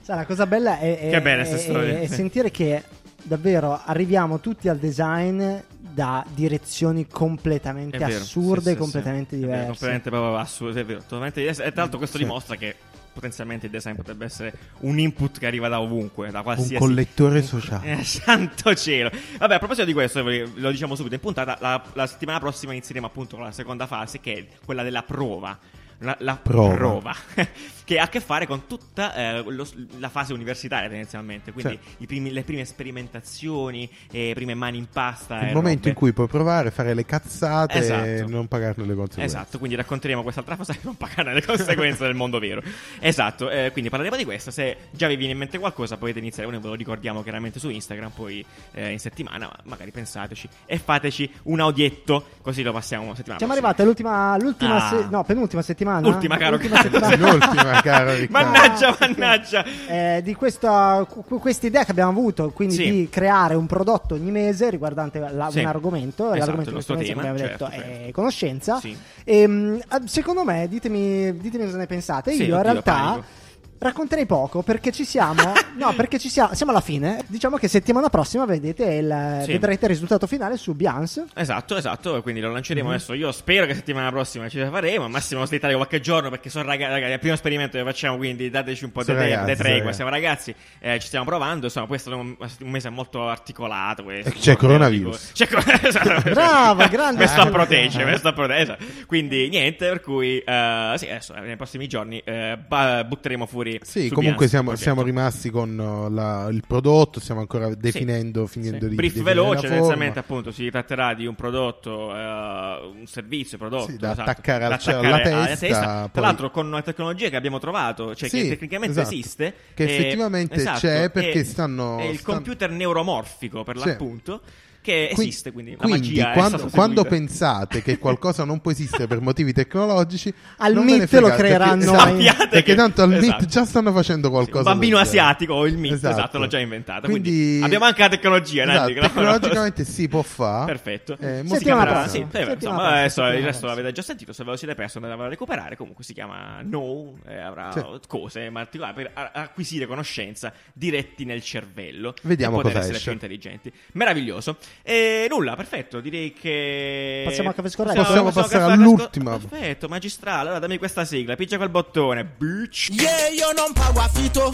Sai, la cosa bella è, è-
Che bella
è-
sta storia,
è- è
sì.
sentire che davvero arriviamo tutti al design da direzioni completamente
È vero, sì,
Cioè, assurde,
sì, sì.
completamente
È vero,
diverse.
completamente proprio assurdo, è vero, totalmente diverso. E tra l'altro questo
Sì.
dimostra che potenzialmente il design potrebbe essere un input che arriva da ovunque, da
Un
qualsiasi...
collettore sociale.
Eh, santo cielo. Vabbè, a proposito di questo, ve- lo diciamo subito in puntata, la, la settimana prossima inizieremo appunto con la seconda fase, che è quella della prova. La, la
Prova.
prova, che ha a che fare con tutta eh, lo- la fase universitaria tendenzialmente, quindi
Certo.
i primi- le prime sperimentazioni, eh, le prime mani in pasta.
Il
Ah, e
momento
robe.
in cui puoi provare, fare le cazzate e
Esatto.
non pagarne le conseguenze.
Esatto, quindi racconteremo quest'altra cosa e non pagare le conseguenze del mondo vero. Esatto, eh, quindi parleremo di questo. Se già vi viene in mente qualcosa potete iniziare, noi ve lo ricordiamo chiaramente su Instagram, poi eh, in settimana, ma magari pensateci e fateci un audietto, così lo passiamo settimana
Siamo
prossima.
arrivati all'ultima, l'ultima
Ah.
se- no, penultima settimana.
Ultima, caro
Ultima
Riccardo.
settimana.
L'ultima, caro Riccardo.
Mannaggia, mannaggia.
Eh, di questa, cu- questa idea che abbiamo avuto, quindi
Sì.
di creare un prodotto ogni mese riguardante la-
Sì.
un argomento,
Esatto,
l'argomento
il
di
nostro
questa mese, come
tema,
abbiamo
certo,
detto
certo.
è conoscenza.
Sì.
Ehm, ah, secondo me, ditemi, ditemi cosa ne pensate.
Sì,
Io in
oddio,
realtà
panico.
racconterei poco perché ci siamo. no, perché ci siamo. Siamo alla fine. Diciamo che settimana prossima vedete il-
Sì.
vedrete il risultato finale su Biance.
Esatto, esatto, quindi lo lanceremo
Mhm.
adesso. Io spero che settimana prossima ci faremo. Al massimo slittare qualche giorno perché sono raga- ragazzi, è il primo esperimento che facciamo, quindi dateci un po' di
Sono
te- di
ragazzi, sono
tregua.
ragazzi.
Siamo ragazzi, eh, ci stiamo provando. Insomma, questo è un, un mese molto articolato. questo.
E c'è coronavirus. Eh.
C'è cor- esatto.
Brava, grande
Questo a
analogia.
protegge, questo a protegge. esatto. Quindi niente, per cui eh, sì, adesso nei prossimi giorni eh, ba- butteremo fuori.
Sì,
su
comunque
Behance
siamo,
il progetto.
siamo rimasti con eh, la- il prodotto, stiamo ancora definendo, finendo di
brief
definire la
veloce,
forma.
essenzialmente appunto si tratterà di un prodotto, eh, un servizio, prodotto
Sì, da
esatto,
attaccare al-
da
cioè,
attaccare
alla
alla
testa,
Tra
poi-
l'altro con una tecnologia che abbiamo trovato, cioè
Sì,
che tecnicamente
esatto.
esiste,
Che
eh,
effettivamente c'è perché
e-
stanno-
è il
stanno-
computer neuromorfico per
Sì.
l'appunto che
Qui-
esiste, quindi, la
quindi
magia eh, è
quando,
stata
quando
seguita.
pensate che qualcosa non può esistere per motivi tecnologici,
Al
non ve ne
MIT lo
fregate,
creeranno
perché, esatto,
in-
Sappiate
perché
che-
tanto al MIT
esatto.
già stanno facendo qualcosa.
un bambino
del genere.
asiatico o il MIT, esatto, l'ho già inventata, quindi abbiamo anche la tecnologia,
esatto,
Nandi, che la-
tecnologicamente si può fare.
Perfetto.
Eh,
si
Settimana
chiamerà,
prossima.
sì, beh,
Settimana
insomma,
prossima,
adesso il
settimana
resto
prossima.
l'avete già sentito. Se ve lo siete perso, andate a recuperare. Comunque si chiama No, eh, avrà
Sì.
cose particolari per a- acquisire conoscenza diretti nel cervello.
Vediamo
per poter
cosa
essere
esce.
più intelligenti. Meraviglioso. E nulla, perfetto. Direi che.
Passiamo a caffè scorretto?
Possiamo
a
passare
caffè- caffè
all'ultima.
scor- Perfetto, magistrale. Allora dammi questa sigla, piccia quel bottone. Bitch.
Yeah, io non pago affitto,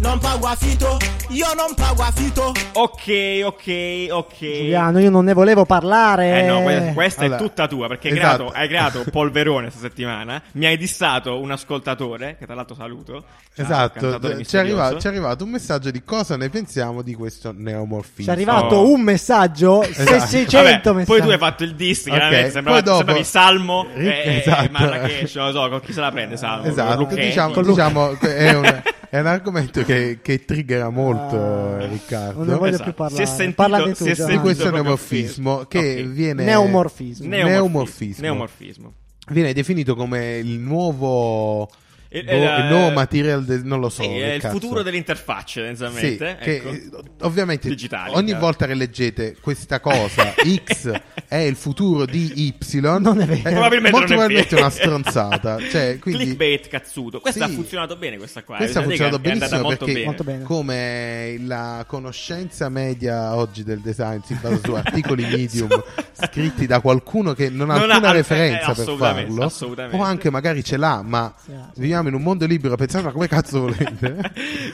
non pago affitto, io non pago affitto.
Ok, ok, ok.
Giuliano, io non ne volevo parlare.
Eh no, que- questa
Allora,
è tutta tua perché hai
esatto.
creato- hai creato un polverone questa settimana. Mi hai dissato un ascoltatore, che tra l'altro saluto. Ciao,
Esatto,
cantatore
ci è, arrivato,
misterioso.
ci è arrivato un messaggio di cosa ne pensiamo di questo neomorfismo.
Ci è arrivato
Oh.
un messaggio,
Esatto.
600
Vabbè,
messaggi.
Poi tu hai fatto il diss, chiaramente.
Ok,
Sembrava,
poi dopo-
sembravi Salmo
Ric-
e,
esatto.
e Marrakesh, non lo so, con chi se la prende Salmo?
Esatto,
Lucchetti?
diciamo,
Con
diciamo che è, un, è un argomento che, che triggera molto eh,
non ne
Riccardo.
voglio più
Esatto. Si Ah, è
parlare.
sentito-
Parlane tu,
si è
Giovanni.
Di
sentito-
questo
proprio
neomorfismo che
Ok.
viene,
Neomorfismo.
Neomorfismo.
Neomorfismo.
Neomorfismo.
viene definito come il nuovo,
E-
boh,
e la-
il nuovo material, del- non lo so.
Sì,
che
è il
cazzo.
futuro delle interfacce, tendenzialmente.
Sì, che,
ecco.
eh, ovviamente
Digitali,
ogni
chiaro.
volta che leggete questa cosa X è il futuro di Y
Non è vero.
Probabilmente
molto
non è
probabilmente
vero.
una stronzata cioè, quindi,
Clickbait cazzuto. Questa
Sì.
ha funzionato bene, questa qua.
Questa ha
Bisogna dire
funzionato
che È
benissimo
andata molto
perché
bene.
Molto bene.
come la conoscenza media oggi del design si basa su articoli medium scritti da qualcuno che non ha
Non ha- eh,
alcuna referenza per
assolutamente,
farlo
assolutamente.
o anche magari ce l'ha ma
Sì, ah, sì.
viviamo in un mondo libero pensate ma come cazzo volete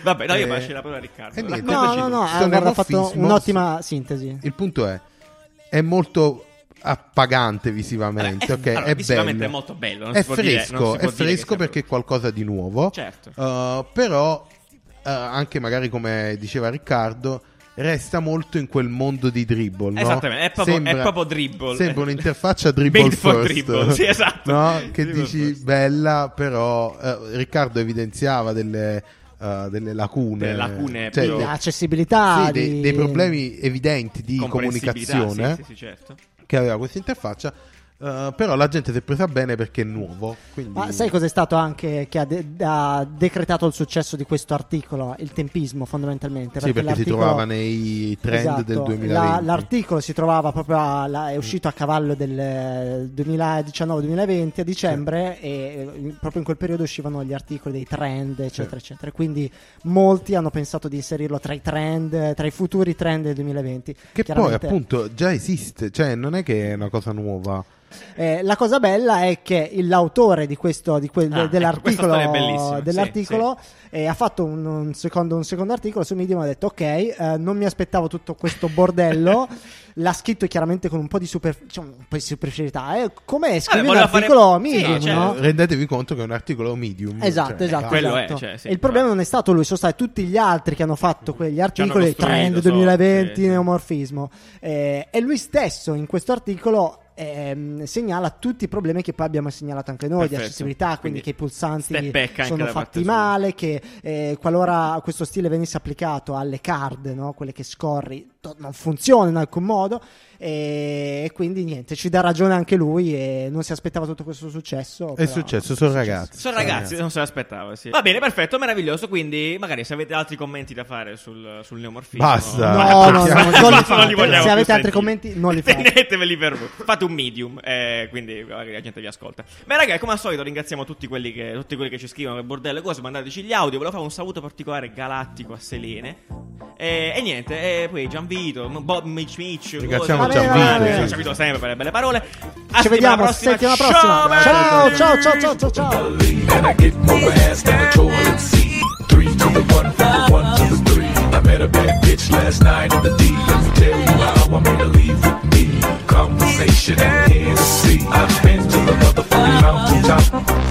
Vabbè, dai, io
Eh,
lascio la parola a Riccardo.
eh, niente.
Raccontaci
No, no,
tu.
no,
Questo
ha guarda, ha fatto
neomorfismo-
un'ottima sintesi.
Il punto è, è molto appagante visivamente, ok?
eh, allora,
è
visivamente
bello.
è molto bello, non
è
si può dire-
fresco,
non si può
è
dire
fresco
che sia
perché è qualcosa di nuovo.
Certo.
Uh, però eh, anche magari come diceva Riccardo resta molto in quel mondo di dribble. no?
Esattamente, è proprio- è proprio dribble.
Sembra un'interfaccia dribble
Made for
first.
dribble, sì, esatto.
No? Che
Dribble
dici bella, però eh, Riccardo evidenziava delle, eh, delle lacune.
Delle lacune
Cioè,
proprio-
dei-
L'accessibilità
sì, dei,
di-
dei problemi evidenti di
Comprensibilità,
comunicazione
sì, sì, sì, certo.
che aveva questa interfaccia. eh, però la gente si è presa bene perché è nuovo. Quindi...
Ma sai cos'è stato anche che ha, de- ha decretato il successo di questo articolo? Il tempismo, fondamentalmente.
Sì, perché si
l'articolo-
trovava nei trend
Esatto,
del
la-
2020.
l'articolo si trovava proprio, a- la- è uscito a cavallo del eh, 2019-2020 a dicembre e eh, in- proprio in quel periodo uscivano gli articoli dei trend, eccetera,
Sì.
eccetera. Quindi molti hanno pensato di inserirlo tra i trend, eh, tra i futuri trend del 2020.
Che poi
Chiaramente-
appunto già esiste, cioè non è che è una cosa nuova.
Eh, la cosa bella è che il- l'autore di questo, di quel-
Ah, ecco,
dell'articolo,
questa storia è bellissima, sì,
dell'articolo, eh, ha fatto un, un secondo, un secondo articolo su Medium e ha detto ok, eh, non mi aspettavo tutto questo bordello, l'ha scritto chiaramente con un po' di, super, cioè, un po' di superficialità, eh, come scrivi un
voleva fare-
articolo
Sì,
Medium,
cioè,
no?
Rendetevi conto che è un articolo medium.
Esatto,
cioè,
esatto.
quello
esatto.
è, cioè, sì,
il problema non è stato lui, sono stati tutti gli altri che hanno fatto quegli articoli,
costruito,
trend
so,
2020,
sì, sì.
neomorfismo. Eh, e lui stesso in questo articolo ehm, segnala tutti i problemi che poi abbiamo segnalato anche noi, di
Perfetto.
accessibilità, quindi,
Quindi
che i pulsanti
step back anche
sono
da parte
fatti
sua.
male, che eh, qualora questo stile venisse applicato alle card, no? quelle che scorri, to- non funziona in alcun modo. eh, E e quindi niente, ci dà ragione anche lui e non si aspettava tutto questo successo.
È
però-
successo, sono ragazzi.
Sono ragazzi, non se l'aspettavo. Sì. Va bene, perfetto, meraviglioso. Quindi, magari se avete altri commenti da fare sul, sul neomorfismo,
Basta.
No,
Basta,
no, no,
basta,
non
basta,
li
non
fate.
li vogliamo
Se
più
avete altri
sentire.
commenti, non li fate.
Teneteveli per voi. Fate un medium, eh, quindi magari la gente vi ascolta. Beh, ragazzi, come al solito, ringraziamo tutti quelli che, tutti quelli che ci scrivono che bordello e cose. Mandateci gli audio. Volevo fare un saluto particolare galattico a Selene. Eh, E, e niente, e poi Gianvito, M- Bob Mitch Mitch.
Ringraziamo
cose.
Gianvito.
Va bene,
Sì.
Gianvito sempre per le belle parole. A
Ci vediamo settimana prossima. Ciao, ciao, ciao, ciao, ciao, ciao.
And I get more ass than a toilet seat. Three to the one, from the one to the three. I met a bad bitch last night in the D. Let me tell you how I made her leave with me. Conversation and Hennessy. I've been to the motherfucking mountaintop.